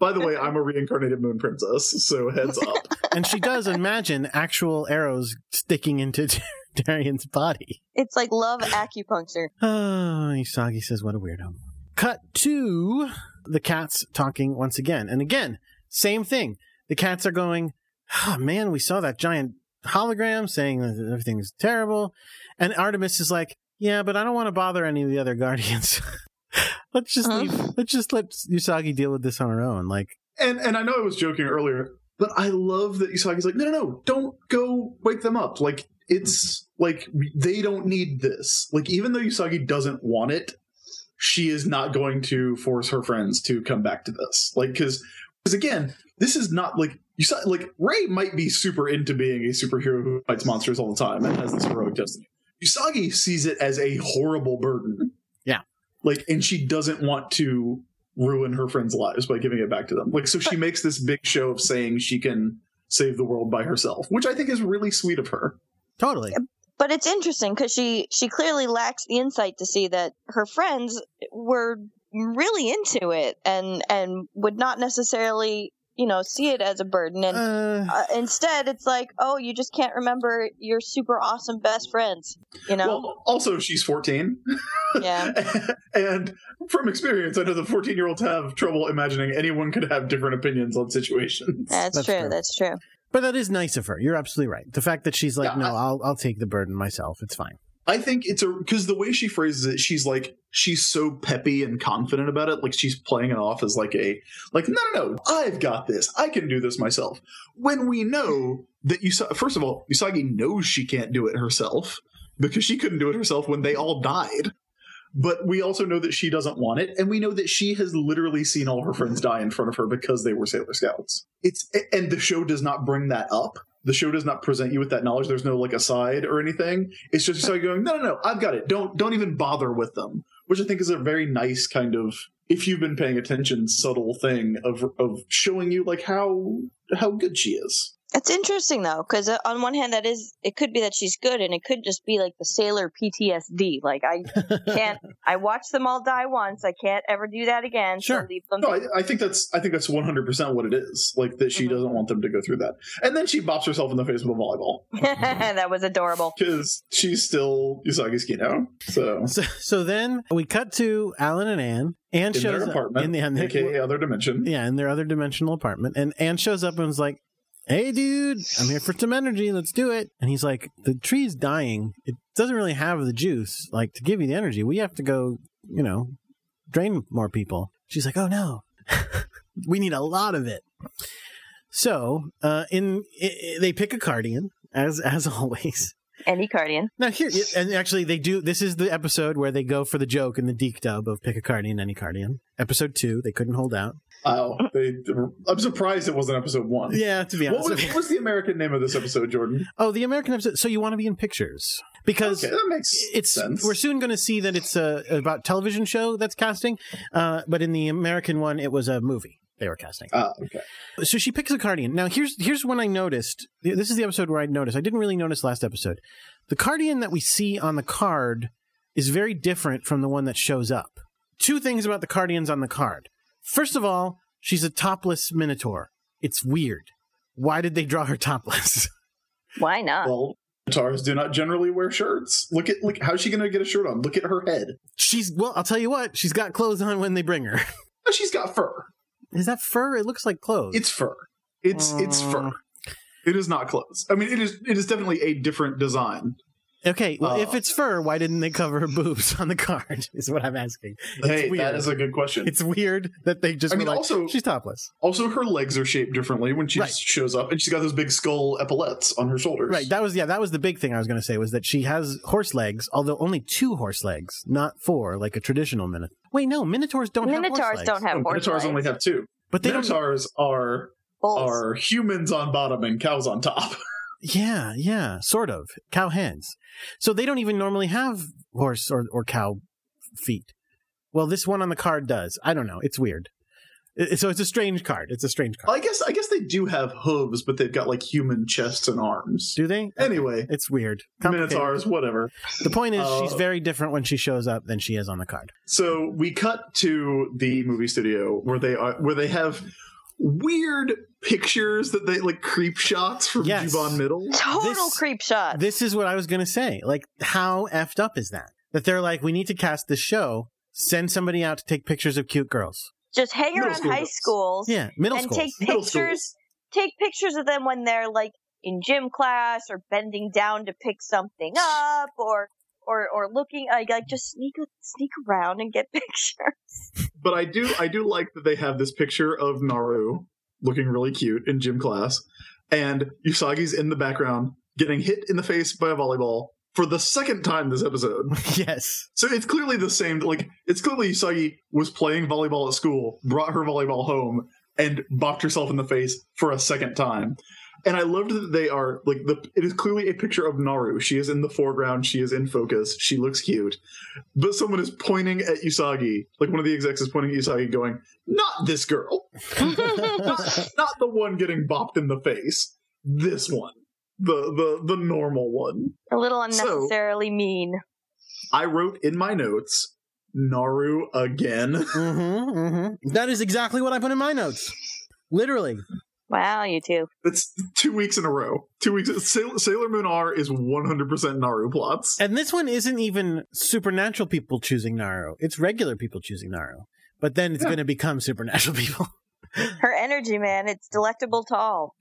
Speaker 5: by the way i'm a reincarnated moon princess so heads up
Speaker 4: And she does imagine actual arrows sticking into Darian's body.
Speaker 2: It's like love acupuncture.
Speaker 4: Oh, Usagi says, "What a weirdo." Cut to the cats talking once again, and again, same thing. The cats are going, oh, "Man, we saw that giant hologram saying that everything's terrible," and Artemis is like, "Yeah, but I don't want to bother any of the other guardians. let's just
Speaker 5: Uh-huh.
Speaker 2: Huh?
Speaker 4: leave. Let's just let Usagi deal with this on her own." Like,
Speaker 5: and and I know I was joking earlier, but I love that Usagi's like, no, no, no, don't go wake them up. Like it's like they don't need this. Like even though Usagi doesn't want it, she is not going to force her friends to come back to this. Like because because again, this is not like you saw like Ray might be super into being a superhero who fights monsters all the time and has this heroic destiny. Usagi sees it as a horrible burden.
Speaker 4: Yeah.
Speaker 5: Like and she doesn't want to ruin her friends' lives by giving it back to them. Like so she makes this big show of saying she can save the world by herself, which I think is really sweet of her.
Speaker 4: totally.
Speaker 2: But it's interesting because she she clearly lacks the insight to see that her friends were really into it and and would not necessarily you know see it as a burden and. Uh,
Speaker 4: Uh,
Speaker 2: instead, it's like, oh, you just can't remember your super awesome best friends, you know?
Speaker 5: Well, also she's 14.
Speaker 2: yeah,
Speaker 5: and from experience, I know that 14 year olds have trouble imagining anyone could have different opinions on situations.
Speaker 2: that's,
Speaker 4: that's
Speaker 2: true,
Speaker 4: true.
Speaker 2: That's true.
Speaker 4: but that is nice of her. You're absolutely right. The fact that she's like,
Speaker 5: Yeah,
Speaker 4: "No,
Speaker 5: I-
Speaker 4: I'll I'll take the burden myself. It's fine."
Speaker 5: I think it's a because the way she phrases it, she's like she's so peppy and confident about it, like she's playing it off as like a like no no no, I've got this, I can do this myself. When we know that you first of all, Usagi knows she can't do it herself because she couldn't do it herself when they all died. But we also know that she doesn't want it, and we know that she has literally seen all her friends die in front of her because they were Sailor Scouts. It's and the show does not bring that up. The show does not present you with that knowledge. There's no like aside or anything. It's just Usagi going, no, no, no, I've got it. Don't don't even bother with them. Which I think is a very nice kind of if you've been paying attention, subtle thing of of showing you like how how good she is.
Speaker 2: That's interesting though, because on one hand, that is it could be that she's good, and it could just be like the sailor PTSD. Like I can't, I watched them all die once. I can't ever do that again.
Speaker 4: Sure.
Speaker 2: So leave them.
Speaker 5: No, I, I think that's I think that's one hundred percent what it is. Like that she
Speaker 4: Mm-hmm.
Speaker 2: Mhm.
Speaker 5: doesn't want them to go through that, and then she bops herself in the face with a volleyball
Speaker 2: that was adorable.
Speaker 5: because she's still Usagi's Kino. So
Speaker 4: So, so then we cut to Alan and Anne. Anne
Speaker 5: in
Speaker 4: shows
Speaker 5: their apartment,
Speaker 4: up in the, in their-
Speaker 5: aka other dimension.
Speaker 4: yeah, in their other dimensional apartment, and Anne shows up and was like, "Hey, dude, I'm here for some energy. Let's do it." And he's like, "The tree's dying. It doesn't really have the juice like to give you the energy. We have to go, you know, drain more people." She's like, "Oh no, we need a lot of it." So, uh, in i i- they pick a cardian as as always.
Speaker 2: Any Cardian.
Speaker 4: Now here, and actually they do. This is the episode where they go for the joke and the deek dub of pick a cardian, any cardian. Episode two, they couldn't hold out.
Speaker 5: Wow, they, I'm surprised it wasn't episode one.
Speaker 4: Yeah, to be
Speaker 5: What
Speaker 4: honest.
Speaker 5: was, what was the American name of this episode, Jordan?
Speaker 4: oh, the American episode. So you want to be in pictures because
Speaker 5: Okay, that makes
Speaker 4: it's
Speaker 5: sense.
Speaker 4: we're soon going to see that it's a about television show that's casting, uh, but in the American one, it was a movie they were casting.
Speaker 5: Ah, okay.
Speaker 4: So she picks a cardian. Now here's here's when I noticed. This is the episode where I noticed. I didn't really notice last episode. The cardian that we see on the card is very different from the one that shows up. Two things about the cardians on the card. First of all, she's a topless minotaur. It's weird. Why did they draw her topless? Ah.
Speaker 2: Why not?
Speaker 5: Well, Tars do not generally wear shirts. Look at look. How's she going to get a shirt on? Look at her head.
Speaker 4: She's well. I'll tell you what. She's got clothes on when they bring her.
Speaker 5: Oh, She's got fur.
Speaker 4: Is that fur? It looks like clothes.
Speaker 5: It's fur. It's it's
Speaker 4: Mm.
Speaker 5: fur. It is not clothes. I mean, it is it is definitely a different design.
Speaker 4: okay. Well, if
Speaker 5: Oh.
Speaker 4: it's fur, why didn't they cover her boobs on the card? Is what I'm asking. It's
Speaker 5: hey,
Speaker 4: weird.
Speaker 5: that is a good question.
Speaker 4: it's weird that they just
Speaker 5: I
Speaker 4: were
Speaker 5: mean,
Speaker 4: like,
Speaker 5: also-
Speaker 4: she's topless.
Speaker 5: also, her legs are shaped differently when she
Speaker 4: Right.
Speaker 5: shows up, and she's got those big skull epaulets on her shoulders.
Speaker 4: Right. That was yeah. That was the big thing I was going to say was that she has horse legs, although only two horse legs, not four like a traditional minotaur. Wait, no, minotaurs don't have horse
Speaker 2: Minotaurs
Speaker 4: legs.
Speaker 2: don't have
Speaker 5: Oh,
Speaker 2: horse
Speaker 5: Minotaurs
Speaker 2: legs.
Speaker 5: only have two.
Speaker 4: But they don't.
Speaker 5: Minotaurs are
Speaker 2: Bulls.
Speaker 5: are humans on bottom and cows on top.
Speaker 4: Yeah, yeah, sort of cow hands. So they don't even normally have horse or or cow feet. Well, this one on the card does. I don't know. It's weird. I- so it's a strange card. It's a strange card.
Speaker 5: I guess I guess they do have hooves, but they've got like human chests and arms.
Speaker 4: Do they?
Speaker 5: Anyway,
Speaker 4: It's weird. Complicated.
Speaker 5: Minotaurs, whatever.
Speaker 4: The point is,
Speaker 5: Uh,
Speaker 4: she's very different when she shows up than she is on the card.
Speaker 5: So we cut to the movie studio where they are where they have weird pictures that they like creep shots from
Speaker 4: Yes.
Speaker 5: Jubon Middle.
Speaker 2: Total
Speaker 4: This-
Speaker 2: creep shot.
Speaker 4: This is what I was gonna say. Like, how effed up is that? That they're like, we need to cast this show. Send somebody out to take pictures of cute girls.
Speaker 2: Just hang
Speaker 5: Middle
Speaker 2: around
Speaker 5: school
Speaker 2: high
Speaker 5: girls.
Speaker 2: schools
Speaker 4: Yeah, middle
Speaker 2: and
Speaker 4: schools.
Speaker 2: take
Speaker 5: Middle
Speaker 2: pictures. Take pictures of them when they're like in gym class or bending down to pick something up or or or looking like, like just sneak sneak around and get pictures.
Speaker 5: But I do I do like that they have this picture of Naru looking really cute in gym class, and Usagi's in the background getting hit in the face by a volleyball for the second time this episode.
Speaker 4: yes.
Speaker 5: So it's clearly the same. Like it's clearly Usagi was playing volleyball at school, brought her volleyball home, and bopped herself in the face for a second time. And I loved that they are like the. It is clearly a picture of Naru. She is in the foreground. She is in focus. She looks cute, but someone is pointing at Usagi. Like one of the execs is pointing at Usagi, going, "Not this girl. not, not the one getting bopped in the face. This one. The the the normal one."
Speaker 2: A little unnecessarily mean.
Speaker 5: I wrote in my notes, Naru again.
Speaker 4: Mm-hmm, mm-hmm. That is exactly what I put in my notes. Literally.
Speaker 2: Wow, you two.
Speaker 5: That's two weeks in a row. Two weeks. Sailor, Sailor Moon R is 100% Naru plots.
Speaker 4: And this one isn't even supernatural people choosing Naru. It's regular people choosing Naru. But then it's
Speaker 5: Yeah.
Speaker 4: going to become supernatural people.
Speaker 2: Her energy, man, it's delectable tall.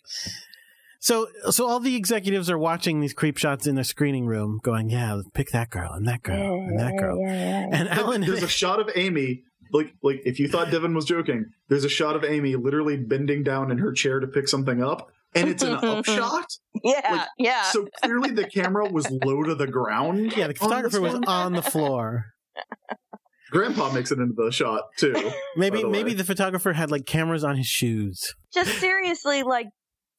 Speaker 4: So, so all the executives are watching these creep shots in the screening room, going, "Yeah, pick that girl and that girl and that girl."
Speaker 2: Yeah, yeah, yeah.
Speaker 4: And Alan,
Speaker 5: There's a shot of Amy. Like, like if you thought Devin was joking, there's a shot of Amy literally bending down in her chair to pick something up, and it's an upshot.
Speaker 2: Yeah,
Speaker 5: like,
Speaker 2: yeah.
Speaker 5: So clearly the camera was low to the ground.
Speaker 4: yeah, the
Speaker 5: on this
Speaker 4: photographer was
Speaker 5: one.
Speaker 4: on the floor.
Speaker 5: Grandpa makes it into the shot too.
Speaker 4: Maybe,
Speaker 5: By the way.
Speaker 4: maybe the photographer had like cameras on his shoes.
Speaker 2: Just seriously, like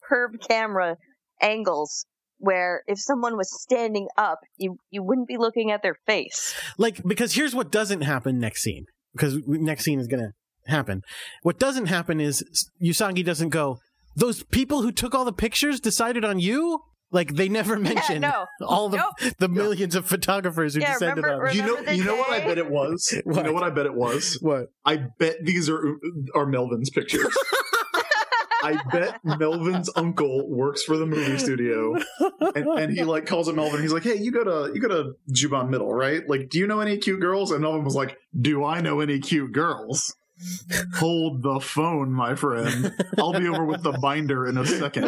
Speaker 2: perb camera angles where if someone was standing up, you you wouldn't be looking at their face.
Speaker 4: Like, because here's what doesn't happen next scene. Because next scene is going to happen. What doesn't happen is Usagi doesn't go. Those people who took all the pictures decided on you. Like they never mention
Speaker 2: no.
Speaker 4: all the
Speaker 2: Nope.
Speaker 4: the millions of photographers who
Speaker 2: Yeah,
Speaker 4: decided
Speaker 2: remember-
Speaker 4: on you.
Speaker 5: You know,
Speaker 2: Remember the
Speaker 5: you know what I
Speaker 2: day?
Speaker 5: bet it was. You know
Speaker 4: What?
Speaker 5: what I bet it was.
Speaker 4: What?
Speaker 5: I bet these are are Melvin's pictures. I bet Melvin's uncle works for the movie studio, and, and he like calls up Melvin. He's like, "Hey, you go to you go to Juban Middle, right? Like, do you know any cute girls?" And Melvin was like, "Do I know any cute girls?" Hold the phone, my friend. I'll be over with the binder in a second.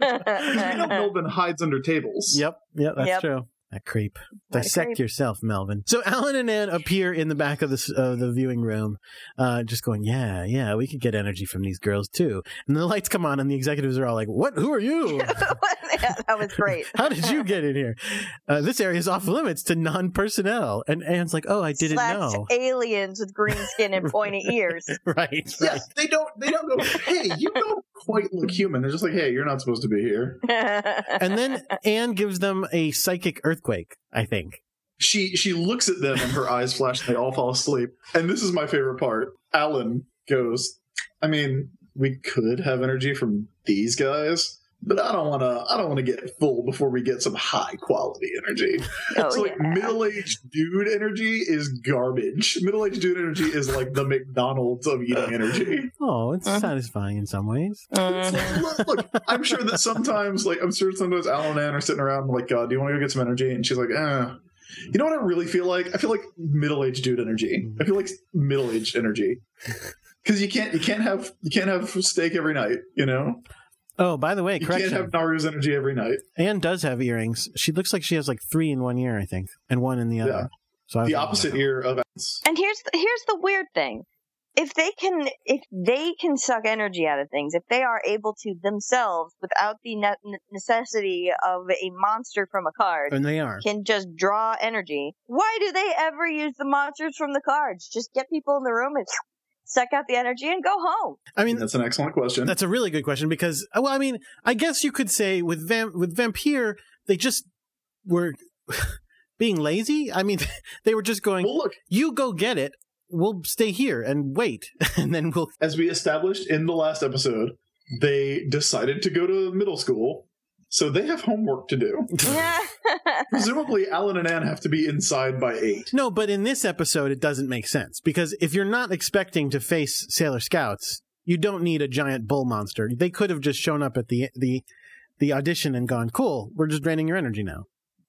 Speaker 5: You know Melvin hides under tables.
Speaker 4: Yep. Yep. That's
Speaker 2: Yep.
Speaker 4: true. That creep.
Speaker 2: What a
Speaker 4: Dissect
Speaker 2: creep.
Speaker 4: yourself, Melvin. So Alan and Ann appear in the back of the s- of the viewing room, uh, just going, "Yeah, yeah, we could get energy from these girls too." And the lights come on, and the executives are all like, "What? Who are you?
Speaker 2: Yeah, that was great.
Speaker 4: How did you get in here? Uh, this area is off limits to non personnel." And Anne's like, "Oh, I didn't
Speaker 2: Slash
Speaker 4: know."
Speaker 2: aliens with green skin and pointy ears.
Speaker 4: right.
Speaker 5: Yeah, they don't. They don't go. Hey, you don't quite look human. They're just like, hey, you're not supposed to be here.
Speaker 4: And then Anne gives them a psychic earthquake. I think.
Speaker 5: she she looks at them and her eyes flash and they all fall asleep and this is my favorite part alan goes i mean we could have energy from these guys but I don't want to. I don't want to get full before we get some high quality energy.
Speaker 2: Oh,
Speaker 5: it's like
Speaker 2: yeah.
Speaker 5: middle aged dude energy is garbage. Middle aged dude energy is like the McDonald's of eating energy.
Speaker 4: Oh, it's
Speaker 2: Mhm.
Speaker 4: satisfying in some ways.
Speaker 5: Mm-hmm.
Speaker 2: Mm.
Speaker 5: look, look, I'm sure that sometimes, like, I'm sure sometimes Alan and Ann are sitting around like, uh, "Do you want to go get some energy?" And she's like, "Eh." You know what I really feel like? I feel like middle aged dude energy. I feel like middle aged energy because you can't you can't have you can't have steak every night. You know,
Speaker 4: Oh, by the way,
Speaker 5: you can't
Speaker 4: correction.
Speaker 5: have Naru's energy every night.
Speaker 4: Anne does have earrings. She looks like she has like three in one ear, I think, and one in the other.
Speaker 5: Yeah.
Speaker 4: So I was
Speaker 5: The
Speaker 4: wrong.
Speaker 5: opposite ear of Alan's.
Speaker 2: And here's the, here's the weird thing. If they can if they can suck energy out of things, if they are able to themselves without the ne- ne- necessity of a monster from a card,
Speaker 4: And they are.
Speaker 2: can just draw energy. Why do they ever use the monsters from the cards? Just get people in the room and suck out the energy and go home.
Speaker 4: I mean,
Speaker 5: That's an excellent question.
Speaker 4: That's a really good question because, uh, well, I mean, I guess you could say with Vam- with Vampire, they just were being lazy. I mean, they were just going,
Speaker 5: Well, look,
Speaker 4: "You go get it. We'll stay here and wait, and then we'll."
Speaker 5: as we established in the last episode, they decided to go to middle school, so they have homework to do.
Speaker 2: Yeah.
Speaker 5: Presumably, Alan and Ann have to be inside by eight.
Speaker 4: No, but in this episode, it doesn't make sense because if you're not expecting to face Sailor Scouts, you don't need a giant bull monster. They could have just shown up at the the the audition and gone, "Cool, we're just draining your energy now."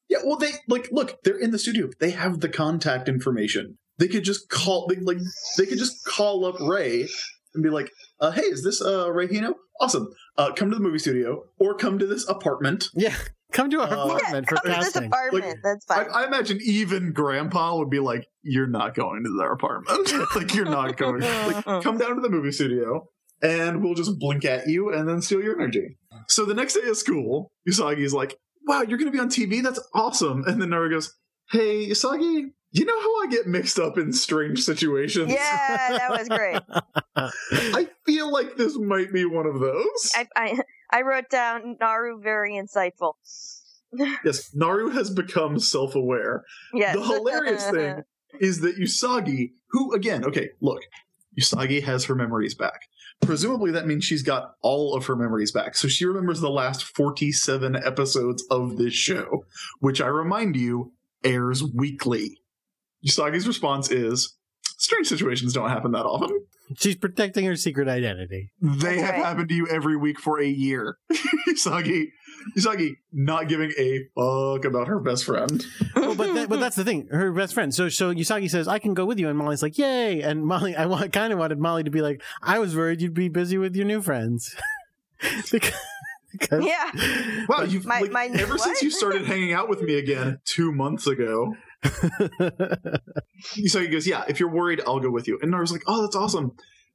Speaker 5: Yeah, well, they like look. They're in the studio. They have the contact information. They could just call. They, like they could just call up Ray and be like, uh, "Hey, is this uh, Ray Hino? Awesome. Uh, come to the movie studio or come to this apartment."
Speaker 4: Yeah, come to our
Speaker 5: Uh,
Speaker 2: yeah, come
Speaker 4: apartment for
Speaker 2: to this
Speaker 4: casting.
Speaker 2: apartment.
Speaker 5: Like,
Speaker 2: That's
Speaker 5: I,
Speaker 2: fine.
Speaker 5: I imagine even Grandpa would be like, "You're not going to their apartment. like you're not going. Like come down to the movie studio, and we'll just blink at you and then steal your energy." So the next day at school, Usagi's like, "Wow, you're going to be on TV. That's awesome!" And then Nora goes, "Hey, Usagi, you know how I get mixed up in strange situations?
Speaker 2: yeah, that was great.
Speaker 5: I feel like this might be one of those."
Speaker 2: I, I I wrote down Naru very insightful.
Speaker 5: yes, Naru has become self-aware.
Speaker 2: Yes.
Speaker 5: The hilarious thing is that Usagi, who again, okay, look, Usagi has her memories back. Presumably that means she's got all of her memories back. So she remembers the last 47 episodes of this show, which I remind you airs weekly. Usagi's response is strange situations don't happen that often.
Speaker 4: She's protecting her secret identity.
Speaker 5: They
Speaker 2: That's
Speaker 5: have
Speaker 2: right.
Speaker 5: happened to you every week for a year. Usagi Usagi not giving a fuck about her best friend.
Speaker 4: Well, but that, but that's the thing. Her best friend. So so Usagi says, "I can go with you," and Molly's like, "Yay!" And Molly, I want, kind of wanted Molly to be like, "I was worried you'd be busy with your new friends." because, because-
Speaker 2: yeah.
Speaker 5: Wow, you've
Speaker 2: My-
Speaker 5: like,
Speaker 2: my-
Speaker 5: ever since
Speaker 2: what?
Speaker 5: you started hanging out with me again two months ago. So he goes, "Yeah, if you're worried, I'll go with you." And I was like, "Oh, that's awesome!"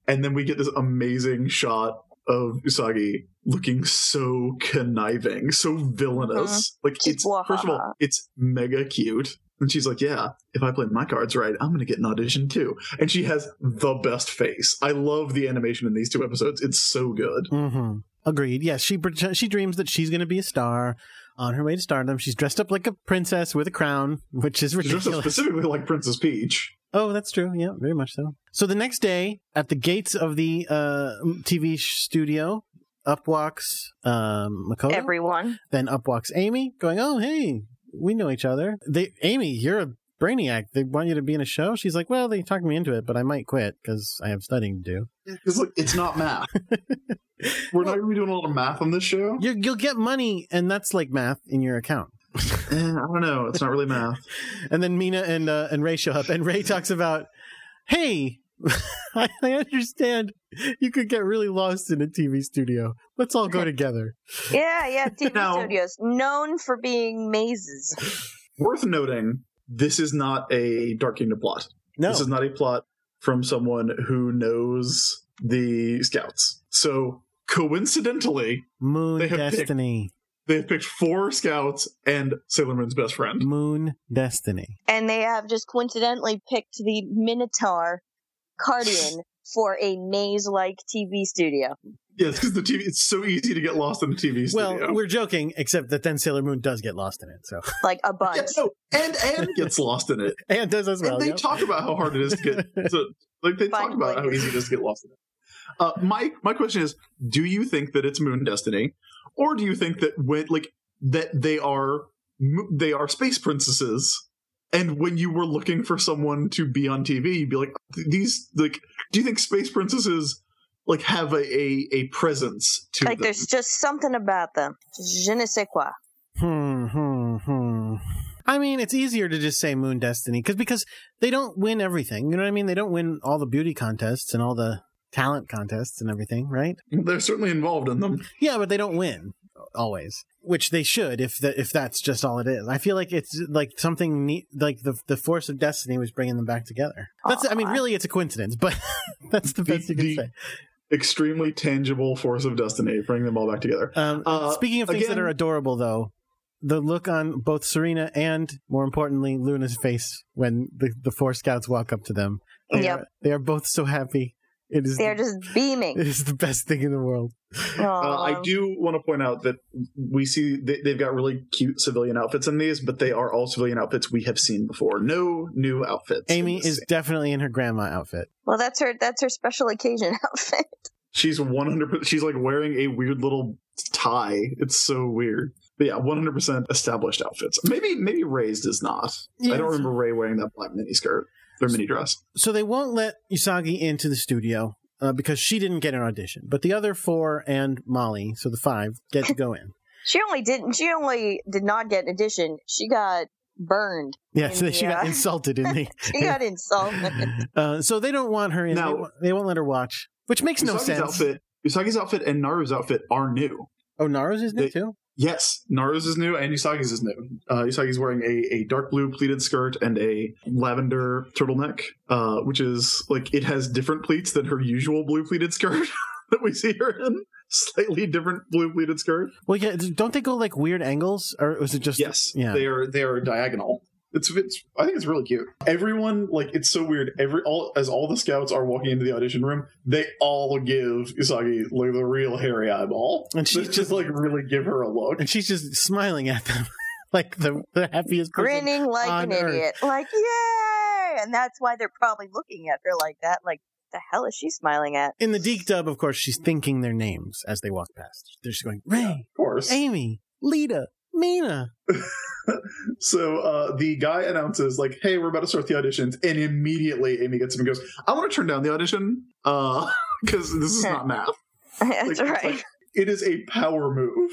Speaker 5: And then we get this amazing shot of Usagi looking so conniving, so villainous. Like
Speaker 2: Mm-hmm. She's
Speaker 5: it's first of all,
Speaker 2: blah.
Speaker 5: it's mega cute. And she's like, "Yeah, if I play my cards right, I'm gonna get an audition too." And she has the best face. I love the animation in these two episodes. It's so good.
Speaker 4: hmm Agreed. Yes, she pre- she dreams that she's going to be a star. On her way to stardom, she's dressed up like a princess with a crown, which is
Speaker 5: She's also
Speaker 4: ridiculous.
Speaker 5: specifically like Princess Peach.
Speaker 4: Oh, that's true. Yeah, very much so. So the next day, at the gates of the uh, TV studio, up walks um, Makoto.
Speaker 2: Everyone.
Speaker 4: Then up walks Amy, going, "Oh, hey, we know each other." They, Amy, you're a brainiac. They want you to be in a show. She's like, "Well, they talked me into it, but I might quit because I have studying to do."
Speaker 5: It's like it's not math. We're not going to be doing a lot of math on this show.
Speaker 4: You're, you'll get money, and that's like math in your account.
Speaker 5: Eh, I don't know. It's not really math.
Speaker 4: And then Mina and uh, and Ray show up, and Ray talks about, "Hey." I I understand you could get really lost in a TV studio. Let's all go together.
Speaker 2: Yeah, yeah. TV
Speaker 5: No.
Speaker 2: studios known for being mazes.
Speaker 5: Worth noting, this is not a Dark Kingdom plot.
Speaker 4: No,
Speaker 5: This is not a plot from someone who knows the scouts. So coincidentally,
Speaker 4: Moon
Speaker 5: They have picked-
Speaker 4: Destiny.
Speaker 5: they have picked four scouts and Sailor Moon's best friend.
Speaker 4: Moon Destiny.
Speaker 2: And they have just coincidentally picked the Minotaur Cardian for a maze like TV studio.
Speaker 5: Yes, because the TV it's so easy to get lost in the TV
Speaker 4: Well,
Speaker 5: studio.
Speaker 4: we're joking, except that then Sailor Moon does get lost in it. So
Speaker 2: Like a bunch.
Speaker 5: yeah, no, and Anne gets lost in it.
Speaker 4: and does as well.
Speaker 5: and they
Speaker 4: yep.
Speaker 5: talk about how hard it is to get to, like they talk
Speaker 2: Fine,
Speaker 5: about
Speaker 2: like-
Speaker 5: how easy it is to get lost in it. Uh, my my question is: Do you think that it's Moon Destiny, or do you think that when like that they are they are space princesses and when you were looking for someone to be on tv you'd be like these like do you think space princesses like have a a, a presence to
Speaker 2: Like
Speaker 5: them?
Speaker 2: there's just something about them. Je ne sais quoi.
Speaker 4: Hmm, hmm, hmm. I mean, it's easier to just say Moon Destiny because because they don't win everything. You know what I mean? They don't win all the beauty contests and all the talent contests and everything, right?
Speaker 5: they're certainly involved in them
Speaker 4: Yeah, but they don't win always, which they should if the, if that's just all it is. I feel like it's like something neat, like the the force of destiny was bringing them back together. That's I mean,
Speaker 2: Aw.
Speaker 4: really, it's a coincidence, but that's the
Speaker 5: The-
Speaker 4: best you can
Speaker 5: the-
Speaker 4: say.
Speaker 5: extremely tangible force of destiny bring them all back together
Speaker 4: Um,
Speaker 5: Uh,
Speaker 4: speaking of things
Speaker 5: again-
Speaker 4: that are adorable, though, the look on both Serena and, more importantly, Luna's face when the, the four scouts walk up to them. They,
Speaker 2: Yep.
Speaker 4: are, they are both so happy. It is,
Speaker 2: They are
Speaker 4: the,
Speaker 2: just beaming.
Speaker 4: it is the best thing in the world.
Speaker 5: Uh, I
Speaker 2: Aw.
Speaker 5: do want to point out that we see they, they've got really cute civilian outfits in these, but they are all civilian outfits we have seen before. No new outfits. in
Speaker 4: Amy
Speaker 5: this
Speaker 4: is
Speaker 5: scene.
Speaker 4: definitely in her grandma outfit.
Speaker 2: Well, that's her. That's her special occasion outfit.
Speaker 5: She's one hundred. percent She's like wearing a weird little tie. It's so weird. But yeah, one hundred percent established outfits. Maybe maybe Ray's does not. I
Speaker 4: Yes.
Speaker 5: don't remember Ray wearing that black mini skirt or mini dress.
Speaker 4: So they won't let Usagi into the studio uh, because she didn't get an audition, but the other four and Molly, so the five, get to go in.
Speaker 2: She only didn't. She only did not get an addition. She got burned.
Speaker 4: Yeah, so she got
Speaker 2: Yeah.
Speaker 4: insulted in the.
Speaker 2: She got insulted.
Speaker 4: Uh, so they don't want her in.
Speaker 5: Now-
Speaker 4: they, won't, they won't let her watch, which makes no
Speaker 5: Usagi's
Speaker 4: sense.
Speaker 5: outfit. Usagi's outfit and Naru's outfit are new.
Speaker 4: Oh, Naru's is new
Speaker 5: They-
Speaker 4: too.
Speaker 5: Yes, Naru's is new and Usagi's is new. Uh, Usagi's wearing a, a dark blue pleated skirt and a lavender turtleneck, uh, which is like it has different pleats than her usual blue pleated skirt that we see her in. Slightly different blue pleated skirt.
Speaker 4: Well, yeah. Don't they go like weird angles, or was it just?
Speaker 5: Yes,
Speaker 4: yeah.
Speaker 5: they are they are diagonal. It's, it's I think it's really cute. Everyone like it's so weird. Every all as all the scouts are walking into the audition room, they all give Usagi like the real hairy eyeball,
Speaker 4: And
Speaker 5: They
Speaker 4: she's
Speaker 5: just like really give her a look.
Speaker 4: And she's just smiling at them, like the, the happiest person.
Speaker 2: grinning like an
Speaker 4: on Earth.
Speaker 2: idiot. Like, yay! And that's why they're probably looking at her like that. Like, the hell is she smiling at?
Speaker 4: In the Deke dub, of course, she's thinking their names as they walk past. They're just going Ray,
Speaker 5: Of course,
Speaker 4: Amy, Lita, Mina.
Speaker 5: So uh, the guy announces, like, "Hey, we're about to start the auditions," and immediately Amy gets him and goes, "I want to turn down the audition because this is not math.
Speaker 2: that's
Speaker 5: Like, it's
Speaker 2: right.
Speaker 5: like- It is a power move.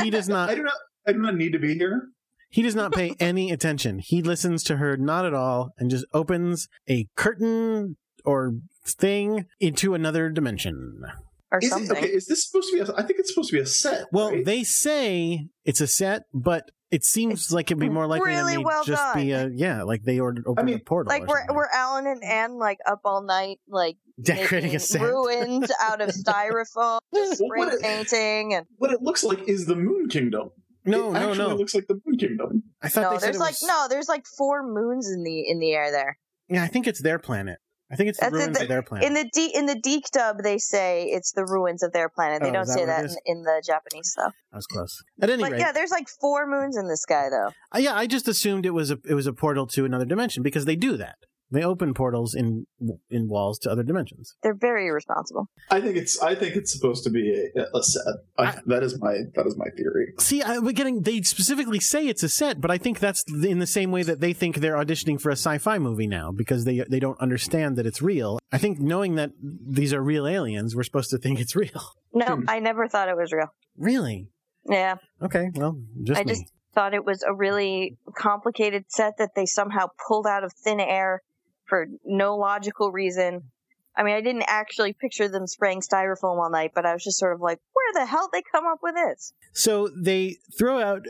Speaker 4: He does
Speaker 5: I
Speaker 4: not.
Speaker 5: do not. I do not need to be here."
Speaker 4: He does not pay any attention. He listens to her not at all, and just opens a curtain or thing into another dimension.
Speaker 2: or
Speaker 5: Is it-
Speaker 2: something.
Speaker 5: okay, is this supposed to be? A, I think it's supposed to be a set.
Speaker 4: Well,
Speaker 5: right?
Speaker 4: they say it's a set, but it seems like it'd be more likely
Speaker 2: really
Speaker 4: that may
Speaker 2: well
Speaker 4: just be a yeah, like they ordered open
Speaker 5: mean,
Speaker 4: a portal.
Speaker 2: Like
Speaker 4: or
Speaker 2: we're
Speaker 4: something.
Speaker 2: we're Alan and Anne like up all night like
Speaker 4: decorating
Speaker 2: making
Speaker 4: a set.
Speaker 2: ruins out of styrofoam,
Speaker 5: Well,
Speaker 2: spray
Speaker 5: what it-
Speaker 2: painting, and
Speaker 5: what it looks like is the Moon Kingdom.
Speaker 4: No,
Speaker 5: it
Speaker 4: no,
Speaker 5: actually
Speaker 4: no.
Speaker 5: Looks like the Moon Kingdom.
Speaker 4: I thought
Speaker 2: no,
Speaker 4: they said
Speaker 2: there's
Speaker 4: it
Speaker 2: like
Speaker 4: was,
Speaker 2: no, there's like four moons in the in the air there.
Speaker 4: Yeah, I think it's their planet. I think it's the
Speaker 2: That's it,
Speaker 4: ruins
Speaker 2: the-
Speaker 4: of their
Speaker 2: In
Speaker 4: planet.
Speaker 2: the D in the Deke dub, they say it's the ruins of their planet. They
Speaker 4: Oh,
Speaker 2: don't
Speaker 4: is that
Speaker 2: say
Speaker 4: what it
Speaker 2: that
Speaker 4: is?
Speaker 2: in, in the Japanese stuff.
Speaker 4: I was close. At any
Speaker 2: but
Speaker 4: rate,
Speaker 2: yeah, there's like four moons in the sky, though.
Speaker 4: I- yeah, I just assumed it was a it was a portal to another dimension because they do that. They open portals in in walls to other dimensions.
Speaker 2: They're very irresponsible.
Speaker 5: I think it's. I think it's supposed to be a, a set. I, that is my. That is my theory.
Speaker 4: See, I, we're getting they specifically say it's a set, but I think that's in the same way that they think they're auditioning for a sci-fi movie now because they they don't understand that it's real. I think knowing that these are real aliens, we're supposed to think it's real.
Speaker 2: No,
Speaker 5: Hmm.
Speaker 2: I never thought it was real.
Speaker 4: Really?
Speaker 2: Yeah,
Speaker 4: Okay, well, just
Speaker 2: I
Speaker 4: me.
Speaker 2: just thought it was a really complicated set that they somehow pulled out of thin air for no logical reason. I mean, I didn't actually picture them spraying styrofoam all night, but I was just sort of like, where the hell they come up with this?
Speaker 4: So they throw out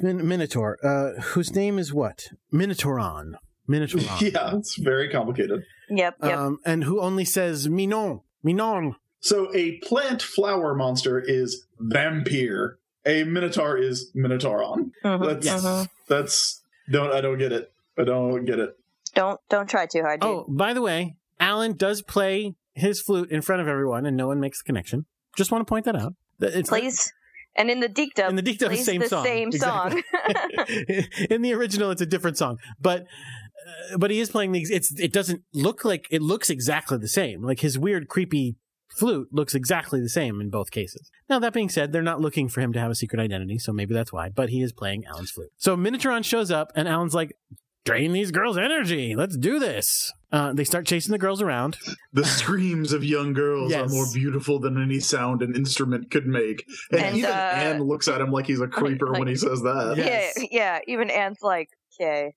Speaker 4: Min- Minotaur, uh, whose name is what? Minotauron. Minotauron.
Speaker 5: Yeah, it's very complicated.
Speaker 2: Yep, yep.
Speaker 4: Um, and who only says Minon. Minon.
Speaker 5: So a plant flower monster is vampire. A minotaur is minotauron.
Speaker 2: Mhm,
Speaker 5: That's
Speaker 4: Mm-hmm.
Speaker 2: mhm.
Speaker 5: that's don't I don't get it. I don't get it.
Speaker 2: Don't don't try too hard. Dude.
Speaker 4: Oh, by the way, Alan does play his flute in front of everyone, and no one makes the connection. Just want to point that out. That It's
Speaker 2: plays and in the deek dub
Speaker 4: in the Dicto,
Speaker 2: plays
Speaker 4: same
Speaker 2: the
Speaker 4: song.
Speaker 2: same
Speaker 4: Exactly. in the original, it's a different song, but uh, but he is playing the. It's it doesn't look like it looks exactly the same. Like his weird, creepy flute looks exactly the same in both cases. Now, that being said, they're not looking for him to have a secret identity, so maybe that's why, but he is playing Alan's flute. So Minotauron shows up, and Alan's like, drain these girls' energy. Let's do this. Uh, they start chasing the girls around.
Speaker 5: The screams of young girls are
Speaker 4: Yes.
Speaker 5: more beautiful than any sound an instrument could make. And,
Speaker 2: And,
Speaker 5: even
Speaker 2: uh,
Speaker 5: Anne looks at him like he's a creeper
Speaker 2: like-
Speaker 5: when he says that.
Speaker 4: Yeah.
Speaker 2: Yeah, yeah. Even Anne's like, okay.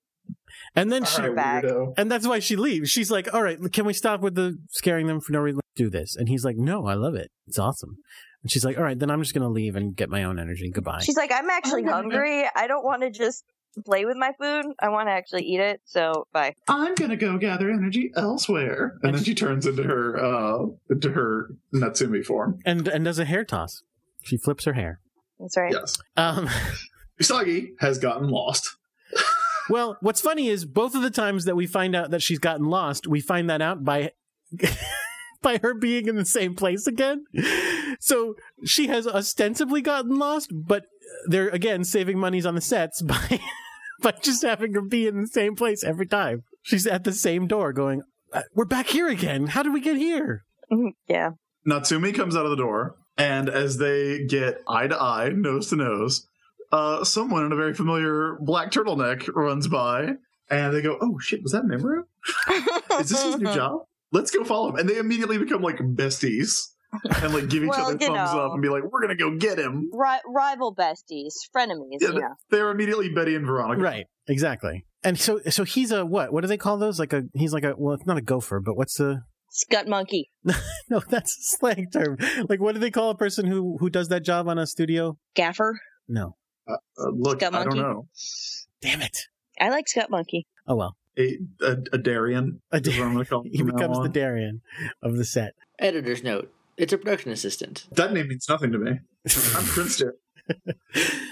Speaker 4: And then
Speaker 5: All
Speaker 4: she
Speaker 5: right,
Speaker 2: Back.
Speaker 5: weirdo.
Speaker 4: and that's why she leaves. She's like, "All right, can we stop with the scaring them for no reason? Do this." And he's like, "No, I love it. It's awesome." And she's like, "All right, then I'm just gonna leave and get my own energy. Goodbye."
Speaker 2: She's like, I'm actually
Speaker 4: Oh,
Speaker 5: I'm gonna-
Speaker 2: hungry. I don't want to just play with my food. I want to actually eat it. So bye.
Speaker 5: I'm gonna go gather energy elsewhere. And then she turns into her uh into her Natsumi form.
Speaker 4: and and does a hair toss. She flips her hair.
Speaker 2: That's right.
Speaker 5: Yes.
Speaker 4: Um,
Speaker 5: Usagi has gotten lost.
Speaker 4: well, what's funny is both of the times that we find out that she's gotten lost, we find that out by by her being in the same place again. So she has ostensibly gotten lost, but they're again saving monies on the sets by by just having her be in the same place every time. She's at the same door, going, "Uh, "We're back here again. How did we get here?"
Speaker 2: Mm-hmm. Yeah.
Speaker 5: Natsumi comes out of the door, and as they get eye to eye, nose to nose, uh, someone in a very familiar black turtleneck runs by, and they go, "Oh shit, was that Mamoru? Is this his new job? Let's go follow him." And they immediately become like besties, and like give each
Speaker 2: Well,
Speaker 5: other
Speaker 2: you
Speaker 5: thumbs
Speaker 2: know.
Speaker 5: up and be like, "We're gonna go get him."
Speaker 2: Ri- rival besties, frenemies.
Speaker 5: Yeah,
Speaker 2: you know.
Speaker 5: They're immediately Betty and Veronica.
Speaker 4: Right, exactly. And so, so he's a what? What do they call those? Like a he's like a well, it's not a gopher, but what's the
Speaker 2: Scut monkey.
Speaker 4: No, that's a slang term. Like, what do they call a person who who does that job on a studio?
Speaker 2: Gaffer.
Speaker 4: No,
Speaker 5: Uh, look,
Speaker 2: Scum
Speaker 5: I don't
Speaker 2: monkey.
Speaker 5: know.
Speaker 4: damn it.
Speaker 2: I like scut monkey.
Speaker 4: Oh well,
Speaker 5: A, a, a Darien.
Speaker 4: a
Speaker 5: is what I'm
Speaker 4: Dar-
Speaker 5: gonna call him
Speaker 4: he
Speaker 5: from now
Speaker 4: becomes the
Speaker 5: on.
Speaker 4: Darian of the set.
Speaker 6: Editor's note. It's a production assistant.
Speaker 5: That name means nothing to me. I'm Prince Darien.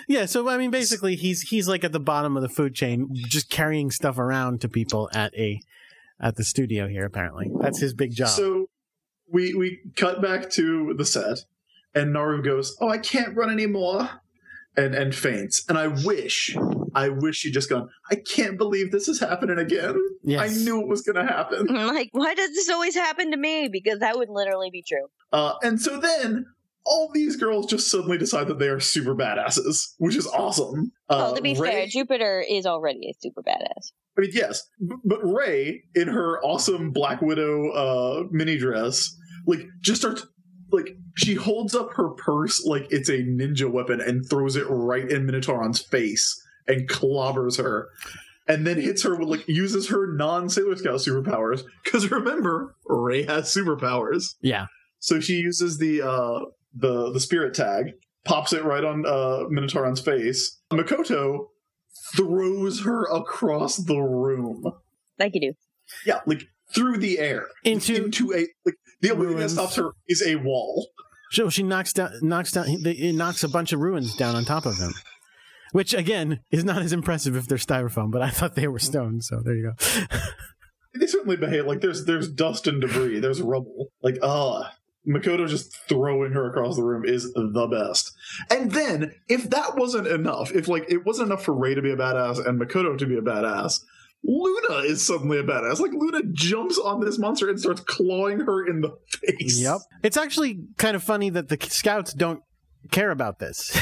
Speaker 4: yeah, so I mean, basically, he's he's like at the bottom of the food chain, just carrying stuff around to people at a at the studio here. Apparently, that's his big job.
Speaker 5: So we we cut back to the set, and Naru goes, "Oh, I can't run anymore," and and faints. And I wish, I wish she'd just gone. I can't believe this is happening again.
Speaker 4: yes,
Speaker 5: I knew it was going to happen.
Speaker 2: I'm like, why does this always happen to me? Because that would literally be true.
Speaker 5: Uh, and so then. All these girls just suddenly decide that they are super badasses, which is awesome. Uh,
Speaker 2: well, to be
Speaker 5: Rei-
Speaker 2: fair, Jupiter is already a super badass.
Speaker 5: I mean, yes, b- but Ray in her awesome Black Widow uh, mini dress, like, just starts like she holds up her purse like it's a ninja weapon and throws it right in Minotauron's face and clobbers her, and then hits her with like uses her non Sailor Scout superpowers because remember Ray has superpowers,
Speaker 4: yeah,
Speaker 5: so she uses the uh, the the spirit tag, pops it right on uh, Minotauron's face. Makoto throws her across the room
Speaker 2: Like you do.
Speaker 5: yeah, like through the air
Speaker 4: into
Speaker 5: into a like the only thing that
Speaker 4: Ruins.
Speaker 5: stops her is a wall.
Speaker 4: so she knocks down knocks down he- it knocks a bunch of ruins down on top of him. Which again is not as impressive if they're styrofoam, but I thought they were stone, so there you go.
Speaker 5: They certainly behave like there's there's dust and debris, there's rubble. Like ah, Makoto just throwing her across the room is the best. And then if that wasn't enough, if like it wasn't enough for Ray to be a badass and Makoto to be a badass. Luna is suddenly a badass. Like Luna jumps on this monster and starts clawing her in the face.
Speaker 4: Yep. It's actually kind of funny that the scouts don't care about this.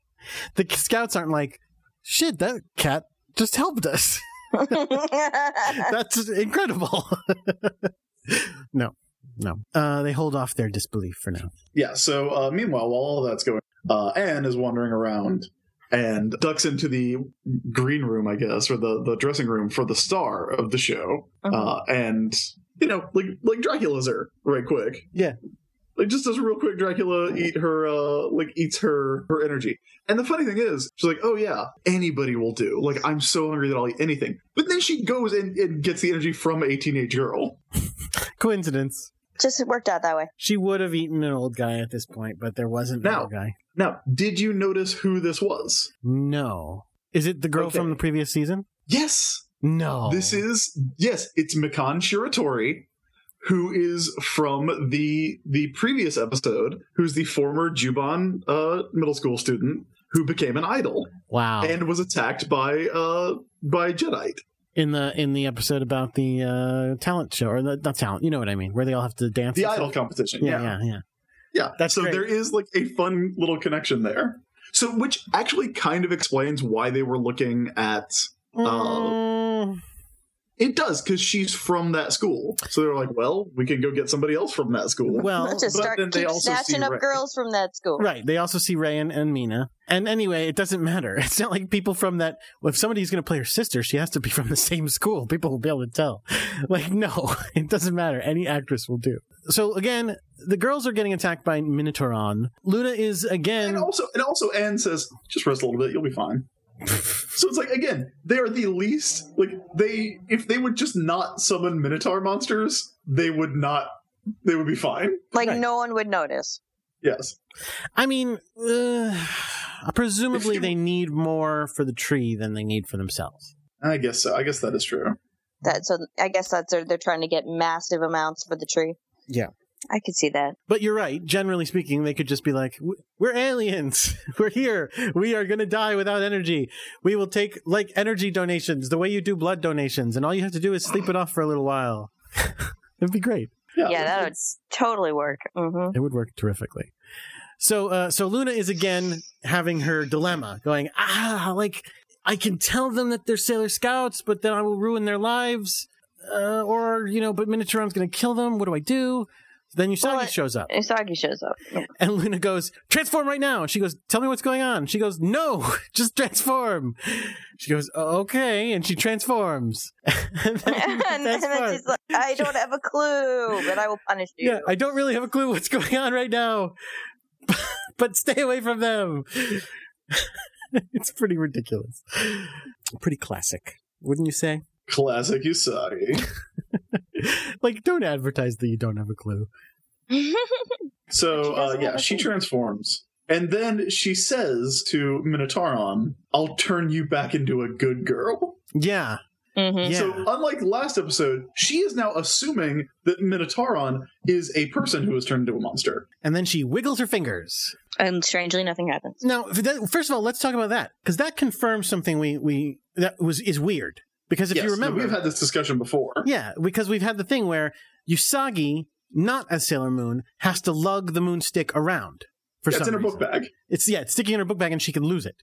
Speaker 4: the scouts aren't like, shit, that cat just helped us. That's incredible. no, no. Uh, they hold off their disbelief for now.
Speaker 5: Yeah. So uh, meanwhile, while all that's going, uh, Anne is wandering around and ducks into the green room, I guess, or the the dressing room for the star of the show, uh, and you know, like like Dracula's her right quick.
Speaker 4: Yeah.
Speaker 5: Like just does a real quick Dracula eat her uh like eats her her energy. And the funny thing is, she's like, Oh yeah, anybody will do. Like I'm so hungry that I'll eat anything. But then she goes and, and gets the energy from a teenage girl.
Speaker 4: Coincidence.
Speaker 2: Just worked out that way.
Speaker 4: She would have eaten an old guy at this point, but there wasn't an
Speaker 5: No.
Speaker 4: old guy.
Speaker 5: Now, did you notice who this was?
Speaker 4: No. Is it the girl
Speaker 5: Okay.
Speaker 4: from the previous season?
Speaker 5: Yes.
Speaker 4: No.
Speaker 5: This is yes, it's Mikan Shiratori, who is from the the previous episode, who's the former Juban uh, middle school
Speaker 4: Oh.
Speaker 5: student who became an idol
Speaker 4: Wow.
Speaker 5: and was attacked by uh by Jedi.
Speaker 4: in the in the episode about the uh, talent show or the, not talent, you know what I mean, where they all have to dance.
Speaker 5: The
Speaker 4: and
Speaker 5: idol
Speaker 4: stuff.
Speaker 5: competition.
Speaker 4: Yeah, yeah,
Speaker 5: Yeah.
Speaker 4: yeah.
Speaker 5: Yeah.
Speaker 4: That's
Speaker 5: so
Speaker 4: great.
Speaker 5: there is like a fun little connection there. So which actually kind of explains why they were looking at
Speaker 4: Um, Mm,
Speaker 5: it does because she's from that school. So they're like, well, we can go get somebody else from that school.
Speaker 4: well,
Speaker 2: Let's just
Speaker 5: Oh, but
Speaker 2: start
Speaker 5: then they
Speaker 2: keep
Speaker 5: also see
Speaker 2: snatching up
Speaker 5: Ray.
Speaker 2: girls from that school.
Speaker 4: right. They also see Ray and, and Mina. And anyway, it doesn't matter. It's not like people from that. Well, if somebody's going to play her sister, she has to be from the same school. People will be able to tell. Like, no, it doesn't matter. Any actress will do. So again, the girls are getting attacked by Minotauron. Luna is again.
Speaker 5: and also and also Anne says, just rest a little bit, you'll be fine. so it's like again, they are the least like they if they would just not summon Minotaur monsters, they would not they would be fine.
Speaker 2: Like
Speaker 4: Right.
Speaker 2: no one would notice.
Speaker 5: Yes.
Speaker 4: I mean, uh, presumably
Speaker 5: If you-
Speaker 4: they need more for the tree than they need for themselves.
Speaker 5: I guess so. I guess that is true.
Speaker 2: That so I guess that's they're, they're trying to get massive amounts for the tree.
Speaker 4: Yeah.
Speaker 2: I could see that.
Speaker 4: But you're right. Generally speaking, they could just be like, "W- "We're aliens. We're here. We are going to die without energy. We will take like energy donations, the way you do blood donations, and all you have to do is sleep it off for a little while." It'd be great.
Speaker 5: Yeah.
Speaker 2: yeah, that would totally work. hmm
Speaker 4: It would work terrifically. So, uh, so Luna is again having her dilemma, going, "Ah, like I can tell them that they're Sailor Scouts, but then I will ruin their lives, uh, or you know, but Minotauron's going to kill them. What do I do?" Then Usagi
Speaker 2: Well, it-
Speaker 4: shows up.
Speaker 2: Isagi shows up. Yeah.
Speaker 4: And Luna goes, transform right now. And she goes, tell me what's going on. She goes, no, just transform. She goes, "O- okay. And she transforms. and then,
Speaker 2: and, and
Speaker 4: that's
Speaker 2: then
Speaker 4: fun.
Speaker 2: she's like, I don't have a clue, but I will punish you.
Speaker 4: yeah, I don't really have a clue what's going on right now, but stay away from them. it's pretty ridiculous. Pretty classic, wouldn't you say?
Speaker 5: Classic Usagi.
Speaker 4: like, don't advertise that you don't have a clue.
Speaker 5: So
Speaker 2: She doesn't
Speaker 5: uh, yeah,
Speaker 2: have a
Speaker 5: she
Speaker 2: thing.
Speaker 5: transforms. And then she says to Minotauron, I'll turn you back into a good girl.
Speaker 4: Yeah.
Speaker 2: Mhm.
Speaker 4: Yeah.
Speaker 5: So unlike last episode, she is now assuming that Minotauron is a person who is turned into a monster.
Speaker 4: and then she wiggles her fingers.
Speaker 2: And strangely, nothing happens.
Speaker 4: Now, if that, first of all, let's talk about that because that confirms something we we that was is weird. Because if
Speaker 5: Yes,
Speaker 4: you
Speaker 5: no,
Speaker 4: remember,
Speaker 5: we've had this discussion before.
Speaker 4: yeah, because we've had the thing where Usagi, not as Sailor Moon, has to lug the moon stick around for
Speaker 5: Yeah,
Speaker 4: some
Speaker 5: it's in her book
Speaker 4: reason.
Speaker 5: bag.
Speaker 4: It's yeah, it's sticking in her book bag, and she can lose it.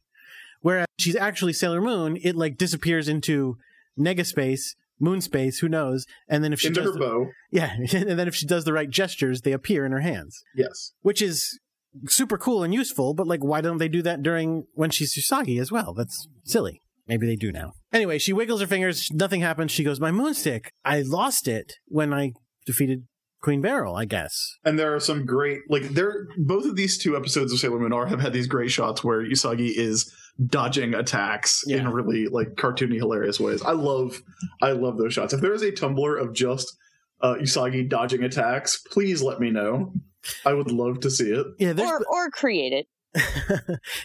Speaker 4: Whereas she's actually Sailor Moon, it like disappears into negaspace, moon space, who knows? And then if she
Speaker 5: into
Speaker 4: does
Speaker 5: her
Speaker 4: the-
Speaker 5: bow.
Speaker 4: yeah, and then if she does the right gestures, they appear in her hands
Speaker 5: Yes.
Speaker 4: which is super cool and useful, but like, why don't they do that during when she's Usagi as well? That's silly. Maybe they do now. Anyway, she wiggles her fingers. Nothing happens. She goes, My moonstick. I lost it when I defeated Queen Beryl, I guess.
Speaker 5: And there are some great like there both of these two episodes of Sailor Moon R have had these great shots where Usagi is dodging attacks in
Speaker 4: Yeah.
Speaker 5: really like cartoony hilarious ways. I love I love those shots. If there is a Tumblr of just uh, Usagi dodging attacks, please let me know. I would love to see it.
Speaker 4: Yeah, there's,
Speaker 2: Or, or create it.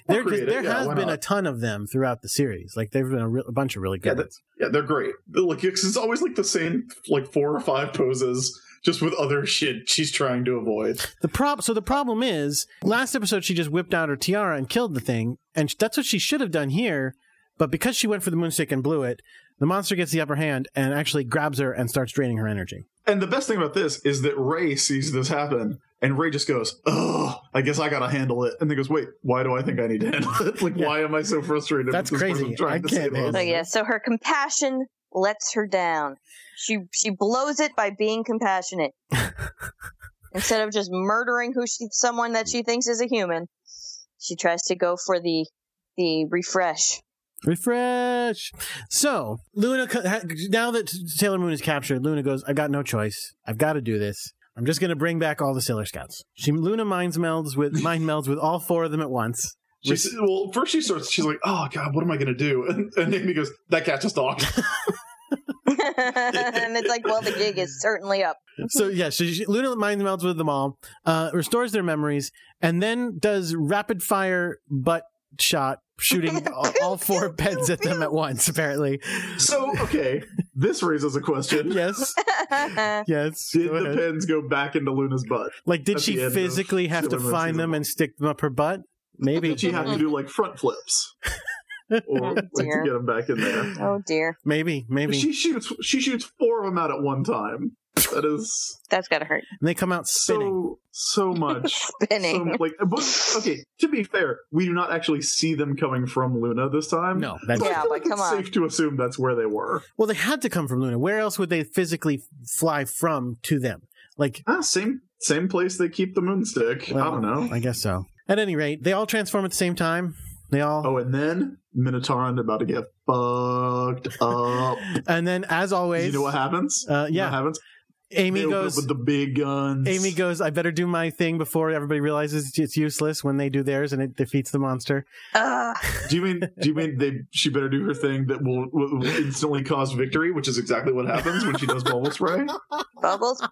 Speaker 4: there,
Speaker 5: create it,
Speaker 4: there
Speaker 5: yeah,
Speaker 4: has
Speaker 5: why
Speaker 4: been a
Speaker 5: not?
Speaker 4: ton of them throughout the series. Like, there have been a, re- a bunch of really
Speaker 5: Yeah,
Speaker 4: good ones.
Speaker 5: that's, yeah, they're great. Like it's it's always like the same like four or five poses just with other shit she's trying to avoid.
Speaker 4: The prob- so the problem is, last episode she just whipped out her tiara and killed the thing, and sh- that's what she should have done here. But because she went for the moonstick and blew it, the monster gets the upper hand and actually grabs her and starts draining her energy.
Speaker 5: And the best thing about this is that Ray sees this happen, and Ray just goes, "Oh, I guess I gotta handle it." And then goes, "Wait, why do I think I need to handle it? Like,
Speaker 4: Yeah.
Speaker 5: why am I so frustrated?"
Speaker 4: That's
Speaker 5: with this person
Speaker 4: crazy.
Speaker 5: trying
Speaker 4: I
Speaker 5: to say
Speaker 4: can't
Speaker 5: this?
Speaker 4: handle
Speaker 2: So
Speaker 4: it.
Speaker 2: yeah, so her compassion lets her down. She she blows it by being compassionate instead of just murdering who she someone that she thinks is a human. She tries to go for the the refresh.
Speaker 4: Refresh. So Luna, co- ha- now that Sailor Moon is captured, Luna goes, "I've got no choice. I've got to do this. I'm just going to bring back all the Sailor Scouts." She Luna mind melds with mind melds with all four of them at once.
Speaker 5: She s- well, first she starts. She's like, "Oh God, what am I gonna do?" And, and Amy goes, "That cat's a dog."
Speaker 2: and it's like, well, the gig is certainly up.
Speaker 4: so yeah, so she, Luna mind melds with them all, uh, restores their memories, and then does rapid fire butt shot shooting all, all four beds at them at once. Apparently,
Speaker 5: so okay, this raises a question.
Speaker 4: yes, yes.
Speaker 5: Did
Speaker 4: go
Speaker 5: the
Speaker 4: ahead.
Speaker 5: pens go back into Luna's butt?
Speaker 4: like, did
Speaker 5: at
Speaker 4: she
Speaker 5: the end of
Speaker 4: physically have to
Speaker 5: Sailor Moon
Speaker 4: find
Speaker 5: season
Speaker 4: them
Speaker 5: one?
Speaker 4: and stick them up her butt? Maybe
Speaker 5: Did she have to do like front flips? or like to
Speaker 2: Mm-hmm. dear.
Speaker 5: get him back in there.
Speaker 2: Oh dear,
Speaker 4: Maybe, maybe.
Speaker 5: She shoots. She shoots four of them out at one time. That is
Speaker 2: that's gotta hurt.
Speaker 4: and they come out spinning.
Speaker 5: so so much.
Speaker 2: Spinning.
Speaker 5: So, like, but, okay. To be fair, we do not actually see them coming from Luna this time.
Speaker 4: no, that's
Speaker 5: So I
Speaker 2: Yeah,
Speaker 5: feel
Speaker 2: but
Speaker 5: like it's
Speaker 2: come on.
Speaker 5: safe to assume that's where they were.
Speaker 4: well. They had to come from Luna. Where else would they physically fly from to them? Like
Speaker 5: Ah, same same place they keep the moonstick. I
Speaker 4: well,
Speaker 5: don't know.
Speaker 4: I guess so. At any rate, they all transform at the same time. They all,
Speaker 5: Oh, and then Minotauran about to get fucked up.
Speaker 4: and then as always,
Speaker 5: you know what happens?
Speaker 4: Uh,
Speaker 5: You know
Speaker 4: yeah.
Speaker 5: what happens?
Speaker 4: Amy
Speaker 5: They open
Speaker 4: goes.
Speaker 5: up with the big guns.
Speaker 4: Amy goes. I better do my thing before everybody realizes it's useless when they do theirs and it defeats the monster.
Speaker 2: Uh,
Speaker 5: Do you mean? Do you mean they? She better do her thing that will, will instantly cause victory, which is exactly what happens when she does bubble spray.
Speaker 2: bubbles,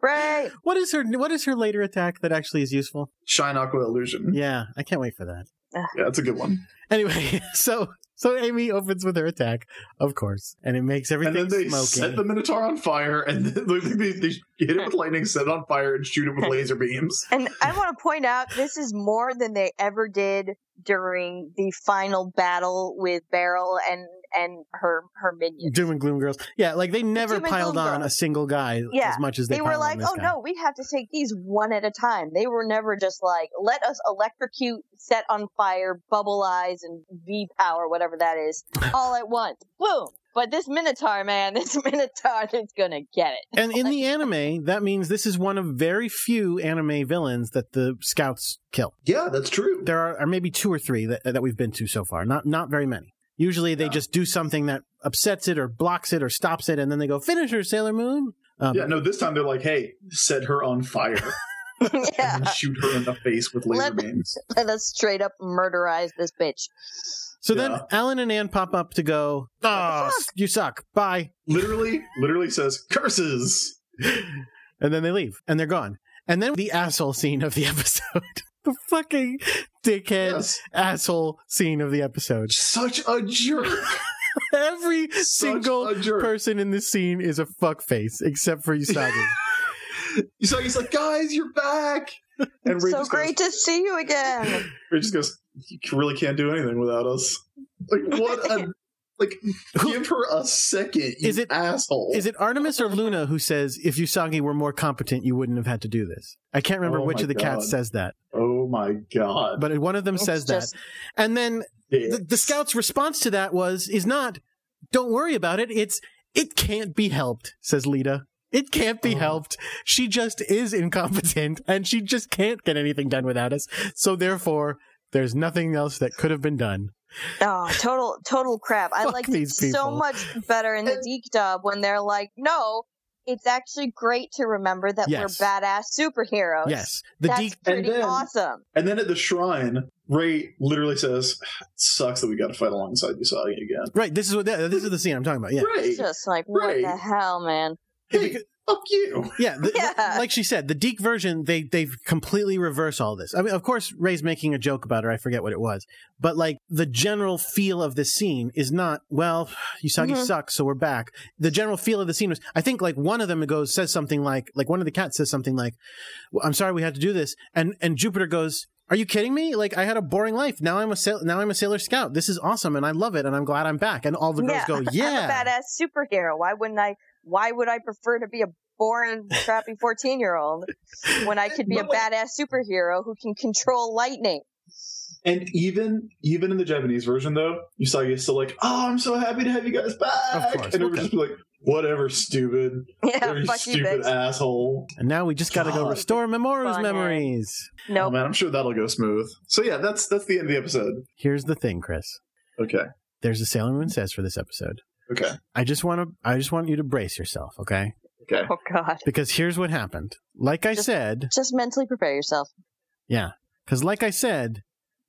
Speaker 2: right?
Speaker 4: What is her? What is her later attack that actually is useful?
Speaker 5: Shine aqua illusion. Yeah,
Speaker 4: Yeah, I can't wait for that.
Speaker 5: that's a good one.
Speaker 4: Anyway, so so Amy opens with her attack, of course, and it makes
Speaker 5: And
Speaker 4: everything
Speaker 5: then they
Speaker 4: smoky.
Speaker 5: set the minotaur on fire, and then they, they, they hit it with lightning, set it on fire, and shoot it with laser beams.
Speaker 2: And I want to point out this is more than they ever did during the final battle with Beryl and and her her minions.
Speaker 4: Doom and gloom girls. Yeah, like they never
Speaker 2: Doom and
Speaker 4: piled
Speaker 2: gloom
Speaker 4: on
Speaker 2: girls.
Speaker 4: a single guy
Speaker 2: Yeah,
Speaker 4: as much as they,
Speaker 2: They were
Speaker 4: pile on
Speaker 2: like,
Speaker 4: this
Speaker 2: "Oh
Speaker 4: guy.
Speaker 2: no, we have to take these one at a time." They were never just like, "Let us electrocute, set on fire, bubble eyes, and V power, whatever that is, all at once." Boom! But this Minotaur man, this Minotaur is gonna get it.
Speaker 4: And in the anime, that means this is one of very few anime villains that the scouts kill.
Speaker 5: Yeah, that's true.
Speaker 4: There are, are maybe two or three that, that we've been to so far. Not not very many. Usually they
Speaker 5: Yeah.
Speaker 4: just do something that upsets it or blocks it or stops it, and then they go finish her, Sailor Moon. Um,
Speaker 5: yeah, no. This time they're like, "Hey, set her on fire
Speaker 2: yeah,
Speaker 5: and shoot her in the face with laser
Speaker 2: Let-
Speaker 5: beams."
Speaker 2: let us straight up murderize this bitch.
Speaker 4: So
Speaker 5: Yeah.
Speaker 4: then Alan and Ann pop up to go. Oh, you suck. Bye.
Speaker 5: Literally, literally says curses.
Speaker 4: And then they leave and they're gone. And then the asshole scene of the episode. the fucking dickhead
Speaker 5: Yes,
Speaker 4: asshole scene of the episode.
Speaker 5: such a jerk.
Speaker 4: Every
Speaker 5: Such
Speaker 4: single
Speaker 5: a jerk.
Speaker 4: person in this scene is a fuckface except for Usagi.
Speaker 5: Usagi's like, "Guys, you're back!" And Ray
Speaker 2: so
Speaker 5: just
Speaker 2: great to see you again.
Speaker 5: Goes, Ray just goes, "You really can't do anything without us." Like what a like. Give her a second. You
Speaker 4: Is it-
Speaker 5: asshole?
Speaker 4: is it Artemis or Luna who says, if Usagi were more competent, you wouldn't have had to do this? I can't remember
Speaker 5: Oh
Speaker 4: which
Speaker 5: my
Speaker 4: of the
Speaker 5: God.
Speaker 4: cats says that,
Speaker 5: Oh my god!
Speaker 4: but one of them
Speaker 2: It's
Speaker 4: says
Speaker 2: just-
Speaker 4: that. And then the, the scout's response to that was, is not, don't worry about it. It's, it can't be helped, says Lita. It can't be
Speaker 5: Oh.
Speaker 4: helped. She just is incompetent and she just can't get anything done without us. So therefore, there's nothing else that could have been done.
Speaker 2: Oh, total, total crap. I
Speaker 4: Fuck
Speaker 2: liked it
Speaker 4: these
Speaker 2: so
Speaker 4: people.
Speaker 2: much better in the Deke dub when they're like, no, it's actually great to remember that
Speaker 4: Yes.
Speaker 2: we're badass superheroes.
Speaker 4: Yes. The
Speaker 2: That's
Speaker 4: Deke
Speaker 2: pretty
Speaker 5: And then-
Speaker 2: awesome.
Speaker 5: And then at the shrine, Ray literally says, it "Sucks that we got to fight alongside Usagi again."
Speaker 4: Right. This is what that, this is the scene I'm talking about. Yeah.
Speaker 5: Ray,
Speaker 2: It's just like,
Speaker 5: eh, Right.
Speaker 2: what the hell, man?
Speaker 5: hey, fuck you.
Speaker 4: Yeah, the-
Speaker 2: Yeah.
Speaker 4: Like she said, the Deke version, they they completely reverse all this. I mean, of course, Ray's making a joke about her. I forget what it was, but like the general feel of the scene is not well. Usagi
Speaker 2: Mhm.
Speaker 4: sucks, so we're back. The general feel of the scene was, I think, like one of them goes says something like, like one of the cats says something like, "Well, "I'm sorry, we had to do this," and and Jupiter goes. Are you kidding me? Like I had a boring life. Now I'm a sail- now I'm a sailor scout. This is awesome, and I love it, and I'm glad I'm back. And all the girls
Speaker 2: Yeah,
Speaker 4: go, "Yeah,
Speaker 2: I'm a badass superhero. Why wouldn't I? Why would I prefer to be a boring, crappy fourteen-year-old when I could be a
Speaker 5: But like-
Speaker 2: badass superhero who can control lightning?
Speaker 5: And even even in the Japanese version, though, Usagi is still like, "Oh, I'm so happy to have you guys back."
Speaker 4: Of course,
Speaker 5: and it
Speaker 4: okay.
Speaker 5: would just be like, "Whatever, stupid,
Speaker 2: Yeah,
Speaker 5: Whatever, you
Speaker 2: fuck you,
Speaker 5: stupid
Speaker 2: bitch.
Speaker 5: asshole."
Speaker 4: And now we just got to go
Speaker 5: God.
Speaker 4: restore Mamoru's
Speaker 2: Fun, yeah.
Speaker 4: memories.
Speaker 5: Oh
Speaker 2: Nope.
Speaker 5: man, I'm sure that'll go smooth. So yeah, that's that's the end of the episode.
Speaker 4: Here's the thing, Chris.
Speaker 5: Okay,
Speaker 4: There's a Sailor Moon says for this episode.
Speaker 5: okay,
Speaker 4: I just want to. I just want you to brace yourself, okay?
Speaker 5: okay.
Speaker 2: Oh God.
Speaker 4: Because here's what happened. Like I
Speaker 2: Just-
Speaker 4: said,
Speaker 2: Just mentally prepare yourself
Speaker 4: because like I said,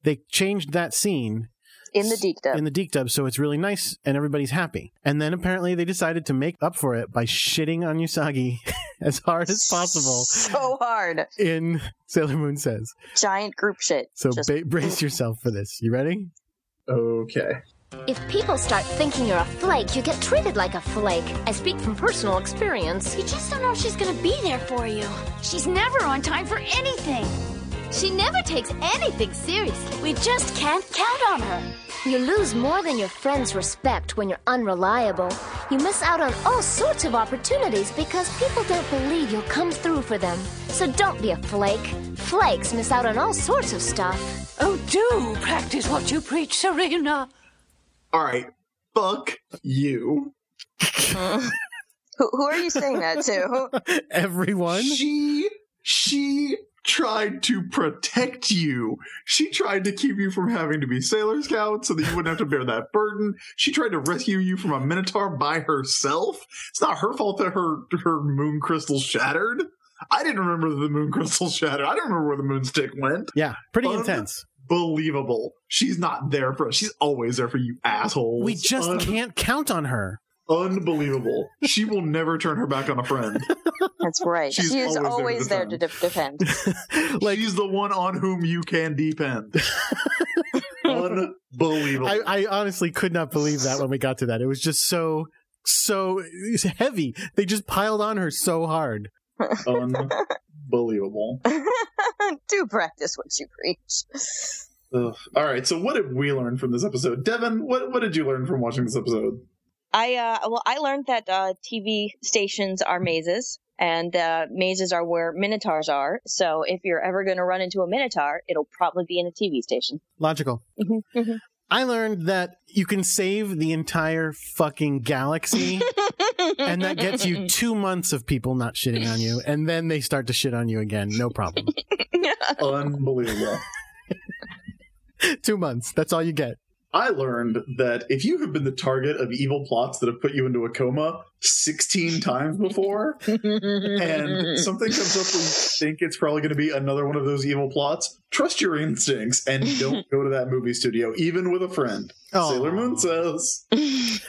Speaker 4: they changed that scene
Speaker 2: in the deep dub.
Speaker 4: in the Deke dub, so it's really nice and everybody's happy. And then apparently they decided to make up for it by shitting on Usagi as hard as possible
Speaker 2: So hard.
Speaker 4: in Sailor Moon says.
Speaker 2: Giant group shit.
Speaker 4: So
Speaker 2: Just-
Speaker 4: ba- brace yourself for this. You ready?
Speaker 5: Okay.
Speaker 7: If people start thinking you're a flake, you get treated like a flake. I speak from personal experience.
Speaker 8: You just don't know if she's gonna be there for you.
Speaker 7: She's never on time for anything. She never takes anything seriously. We just can't count on her. You lose more than your friends' respect when you're unreliable. You miss out on all sorts of opportunities because people don't believe you'll come through for them. So don't be a flake. Flakes miss out on all sorts of stuff.
Speaker 8: Oh, do practice what you preach, Serena.
Speaker 5: All right, fuck you.
Speaker 2: Who, who are you saying that to?
Speaker 4: Everyone?
Speaker 5: She she tried to protect you. She tried to keep you from having to be Sailor Scout so that you wouldn't have to bear that burden. She tried to rescue you from a Minotaur by herself. It's not her fault that her her moon crystal shattered. I didn't remember that the moon crystal shattered. I don't remember where the moonstick went.
Speaker 4: Yeah, pretty
Speaker 5: Un-
Speaker 4: intense.
Speaker 5: Believable. She's not there for us. She's always there for you assholes.
Speaker 4: We just
Speaker 5: Un-
Speaker 4: can't count on her.
Speaker 5: Unbelievable. she will never turn her back on a friend.
Speaker 2: That's right.
Speaker 5: She's
Speaker 2: she is
Speaker 5: always there to
Speaker 2: always there to, de- defend.
Speaker 4: Like
Speaker 5: She's the one on whom you can depend. Unbelievable.
Speaker 4: I, I honestly could not believe that when we got to that. It was just so so it's heavy. They just piled on her so hard.
Speaker 5: Unbelievable.
Speaker 2: Do practice what you preach.
Speaker 5: Ugh. All right, so what did we learn from this episode? Devin, what, what did you learn from watching this episode?
Speaker 2: I uh, well, I learned that uh, TV stations are mazes, and uh, mazes are where minotaurs are. So if you're ever going to run into a minotaur, it'll probably be in a TV station.
Speaker 4: Logical. I learned that you can save the entire fucking galaxy, and that gets you two months of people not shitting on you, and then they start to shit on you again. No problem.
Speaker 5: Unbelievable.
Speaker 4: two months. That's all you get.
Speaker 5: I learned that if you have been the target of evil plots that have put you into a coma 16 times before, and something comes up where you think it's probably going to be another one of those evil plots, trust your instincts and don't go to that movie studio, even with a friend.
Speaker 4: Aw.
Speaker 5: Sailor Moon says.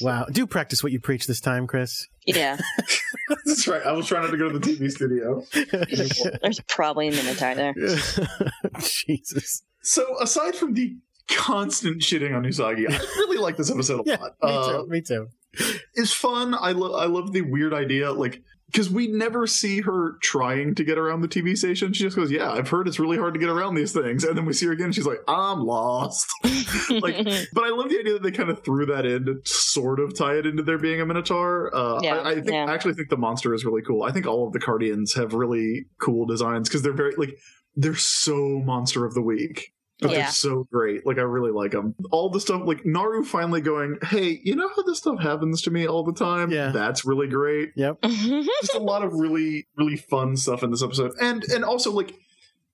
Speaker 4: Wow. Do practice what you preach this time, Chris.
Speaker 2: yeah,
Speaker 5: That's right. I was trying not to go to the TV studio.
Speaker 2: there's probably a minotaur there.
Speaker 4: Jesus.
Speaker 5: So, aside from the constant shitting on Usagi, I really like this episode a
Speaker 4: Yeah,
Speaker 5: lot.
Speaker 4: me
Speaker 5: Uh,
Speaker 4: too. Me too.
Speaker 5: It's fun. I love. I love the weird idea, like because we never see her trying to get around the TV station. She just goes, "Yeah, I've heard it's really hard to get around these things," and then we see her again. and She's like, "I'm lost." like, but I love the idea that they kind of threw that in to sort of tie it into there being a minotaur. Uh,
Speaker 2: Yeah,
Speaker 5: I, I think
Speaker 2: yeah.
Speaker 5: I actually think the monster is really cool. I think all of the Cardians have really cool designs because they're very like they're so monster of the week. But
Speaker 2: Yeah.
Speaker 5: they're so great. Like I really like them. All the stuff like Naru finally going, "Hey, you know how this stuff happens to me all the time?
Speaker 4: Yeah.
Speaker 5: That's really great."
Speaker 4: Yep.
Speaker 5: Just a lot of really really fun stuff in this episode. And and also like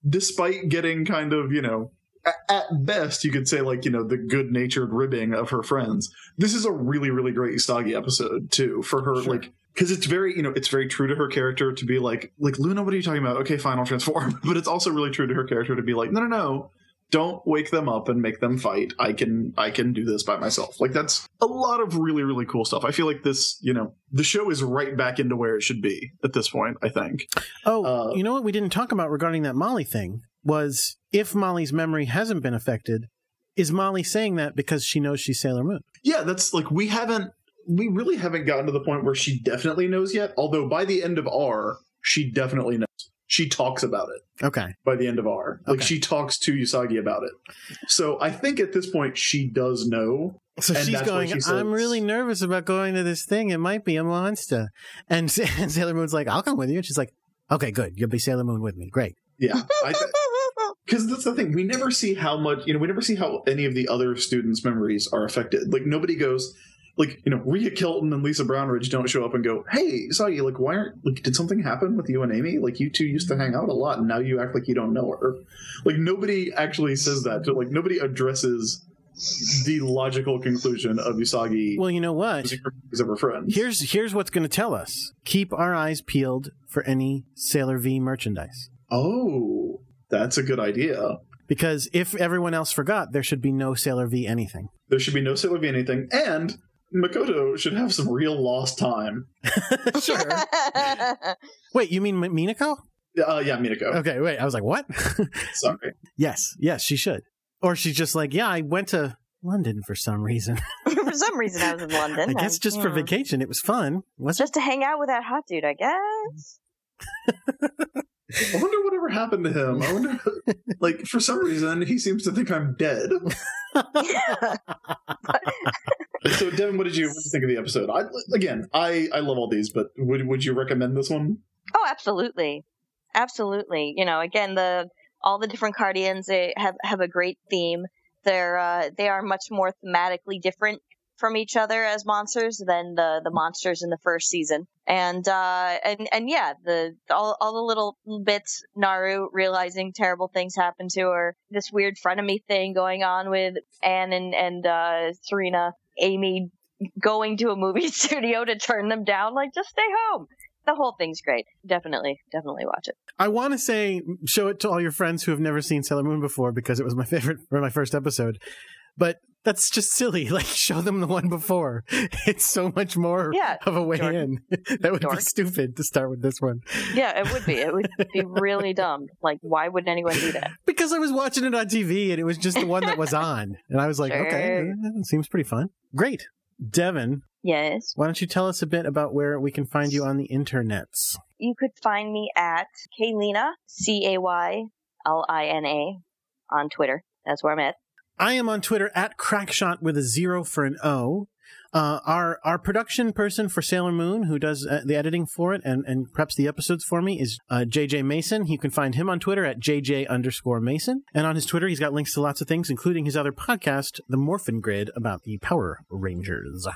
Speaker 5: despite getting kind of, you know, a- at best you could say like, you know, the good-natured ribbing of her friends. This is a really really great Usagi episode too for her like because it's very you know it's very true to her character to be like like luna what are you talking about okay fine i'll transform but it's also really true to her character to be like no no no don't wake them up and make them fight i can i can do this by myself like that's a lot of really really cool stuff i feel like this you know the show is right back into where it should be at this point i think
Speaker 4: Oh,
Speaker 5: Uh,
Speaker 4: you know what we didn't talk about regarding that Molly thing was if Molly's memory hasn't been affected, is Molly saying that because she knows she's Sailor Moon?
Speaker 5: yeah that's like we haven't we really haven't gotten to the point where she definitely knows yet although by the end of r she definitely knows she talks about it
Speaker 4: Okay.
Speaker 5: by the end of R. Like
Speaker 4: Okay.
Speaker 5: she talks to Usagi about it. So I think at this point she does know.
Speaker 4: So
Speaker 5: And
Speaker 4: she's
Speaker 5: that's what
Speaker 4: going,
Speaker 5: she says.
Speaker 4: I'm really nervous about going to this thing. It might be a monster. And, Sa- and Sailor Moon's like, I'll come with you. And she's like, okay, good. You'll be Sailor Moon with me. Great.
Speaker 5: Yeah. Because that's the thing. We never see how much, you know, we never see how any of the other students' memories are affected. Like nobody goes, like, you know, Rhea Kilton and Lisa Brownridge don't show up and go, hey, Usagi, like, why aren't, like, did something happen with you and Amy? Like, you two used to hang out a lot and now you act like you don't know her. Like, nobody actually says that. So, Like, nobody addresses the logical conclusion of Usagi
Speaker 4: Well, you know what?
Speaker 5: losing her memories of her friend.
Speaker 4: Here's here's what's going to tell us. Keep our eyes peeled for any Sailor V merchandise.
Speaker 5: Oh, that's a good idea.
Speaker 4: Because if everyone else forgot, there should be no Sailor V anything.
Speaker 5: There should be no Sailor V anything, and Makoto should have some real lost time.
Speaker 4: sure. Wait, you mean M- Minako?
Speaker 5: Uh, yeah, Minako.
Speaker 4: Okay, wait. I was like, what?
Speaker 5: Sorry.
Speaker 4: yes, yes, she should. Or she's just like, yeah, I went to London for some reason.
Speaker 2: for some reason, I was in London.
Speaker 4: I guess
Speaker 2: and,
Speaker 4: just for
Speaker 2: hmm,
Speaker 4: vacation. It was fun. Was it?
Speaker 2: Just to hang out with that hot dude, I guess.
Speaker 5: I wonder whatever happened to him. I wonder, like, for some reason, he seems to think I'm dead. so, Devin, what did you, what did you think of the episode? I, again, I, I love all these, but would, would you recommend this one?
Speaker 2: Oh, absolutely, absolutely. You know, again, the all the different Cardians they have have a great theme. They're uh, they are much more thematically different from each other as monsters than the the monsters in the first season. And uh, and and yeah, the all all the little bits Naru realizing terrible things happen to her, this weird frenemy thing going on with Anne and and uh, Serena, Amy going to a movie studio to turn them down, like just stay home. The whole thing's great. Definitely, definitely watch it.
Speaker 4: I want to say show it to all your friends who have never seen Sailor Moon before because it was my favorite for my first episode. But that's just silly. Like show them the one before. It's so much more
Speaker 2: Yeah,
Speaker 4: of a way
Speaker 2: dork.
Speaker 4: in. That would
Speaker 2: Dork.
Speaker 4: be stupid to start with this one.
Speaker 2: Yeah, it would be. It would be really dumb. Like, why would anyone do that?
Speaker 4: Because I was watching it on TV and it was just the one that was on. And I was like,
Speaker 2: Sure.
Speaker 4: okay, eh, seems pretty fun. Great. Devin,
Speaker 2: Yes.
Speaker 4: why don't you tell us a bit about where we can find you on the internets?
Speaker 2: You could find me at Kaylina, C A Y L I N A, on Twitter. That's where I'm at.
Speaker 4: I am on Twitter at crackshot with a zero for an O. Uh, our our production person for Sailor Moon, who does uh, the editing for it and, and preps the episodes for me, is uh, JJ Mason. You can find him on Twitter at JJ underscore Mason. And on his Twitter, he's got links to lots of things, including his other podcast, The Morphin Grid, about the Power Rangers.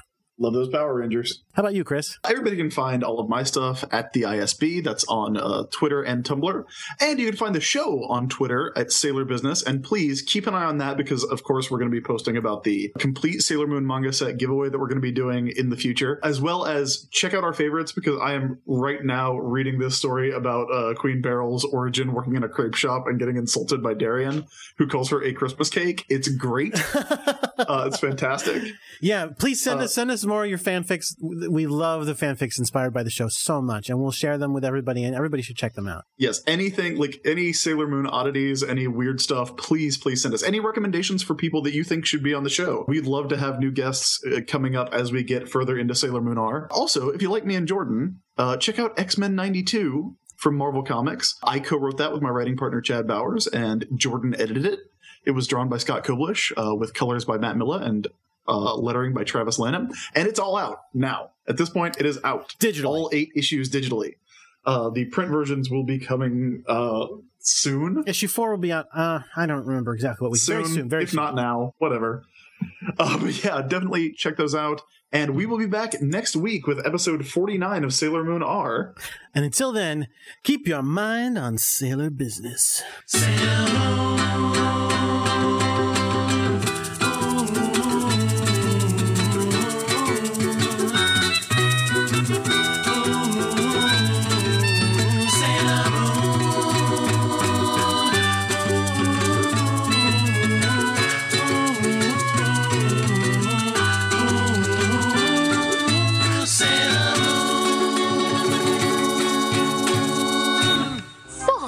Speaker 5: Love those Power Rangers.
Speaker 4: How about you, Chris?
Speaker 5: Everybody can find all of my stuff at the ISB. That's on uh, Twitter and Tumblr. And you can find the show on Twitter at Sailor Business. And please keep an eye on that because, of course, we're going to be posting about the complete Sailor Moon manga set giveaway that we're going to be doing in the future, as well as check out our favorites because I am right now reading this story about uh, Queen Beryl's origin working in a crepe shop and getting insulted by Darian, who calls her a Christmas cake. It's great. uh, it's fantastic.
Speaker 4: Yeah, please send
Speaker 5: Uh,
Speaker 4: us send us more of your fanfics. We love the fanfics inspired by the show so much, and we'll share them with everybody, and everybody should check them out.
Speaker 5: yes anything like any sailor moon oddities any weird stuff please please send us any recommendations for people that you think should be on the show we'd love to have new guests uh, coming up as we get further into sailor moon r also if you like me and jordan uh, check out x-men 92 from marvel comics i co-wrote that with my writing partner chad bowers and jordan edited it it was drawn by scott koblish uh, with colors by matt miller and uh, lettering by travis lanham and it's all out now at this point it is out
Speaker 4: Digital.
Speaker 5: all eight issues digitally uh, the print versions will be coming uh, soon.
Speaker 4: Issue four will be out. Uh, I don't remember exactly what week.
Speaker 5: soon,
Speaker 4: very soon. Very
Speaker 5: if
Speaker 4: soon.
Speaker 5: not now, whatever. Uh, but yeah, definitely check those out. And we will be back next week with episode 49 of Sailor Moon R.
Speaker 4: And until then, keep your mind on sailor business.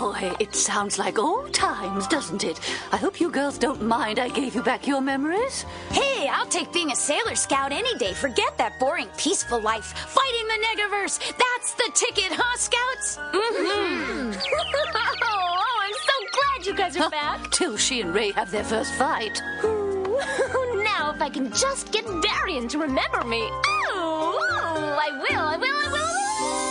Speaker 8: Boy, it sounds like old times, doesn't it? I hope you girls don't mind I gave you back your memories.
Speaker 7: Hey, I'll take being a Sailor Scout any day. Forget that boring, peaceful life. Fighting the Negaverse, that's the ticket, huh, Scouts? Mm-hmm. oh, I'm so glad you guys are back.
Speaker 8: Till she and Ray have their first fight.
Speaker 7: Ooh, Oh, now if I can just get Darian to remember me. Ooh, ooh, I will, I will, I will. I will.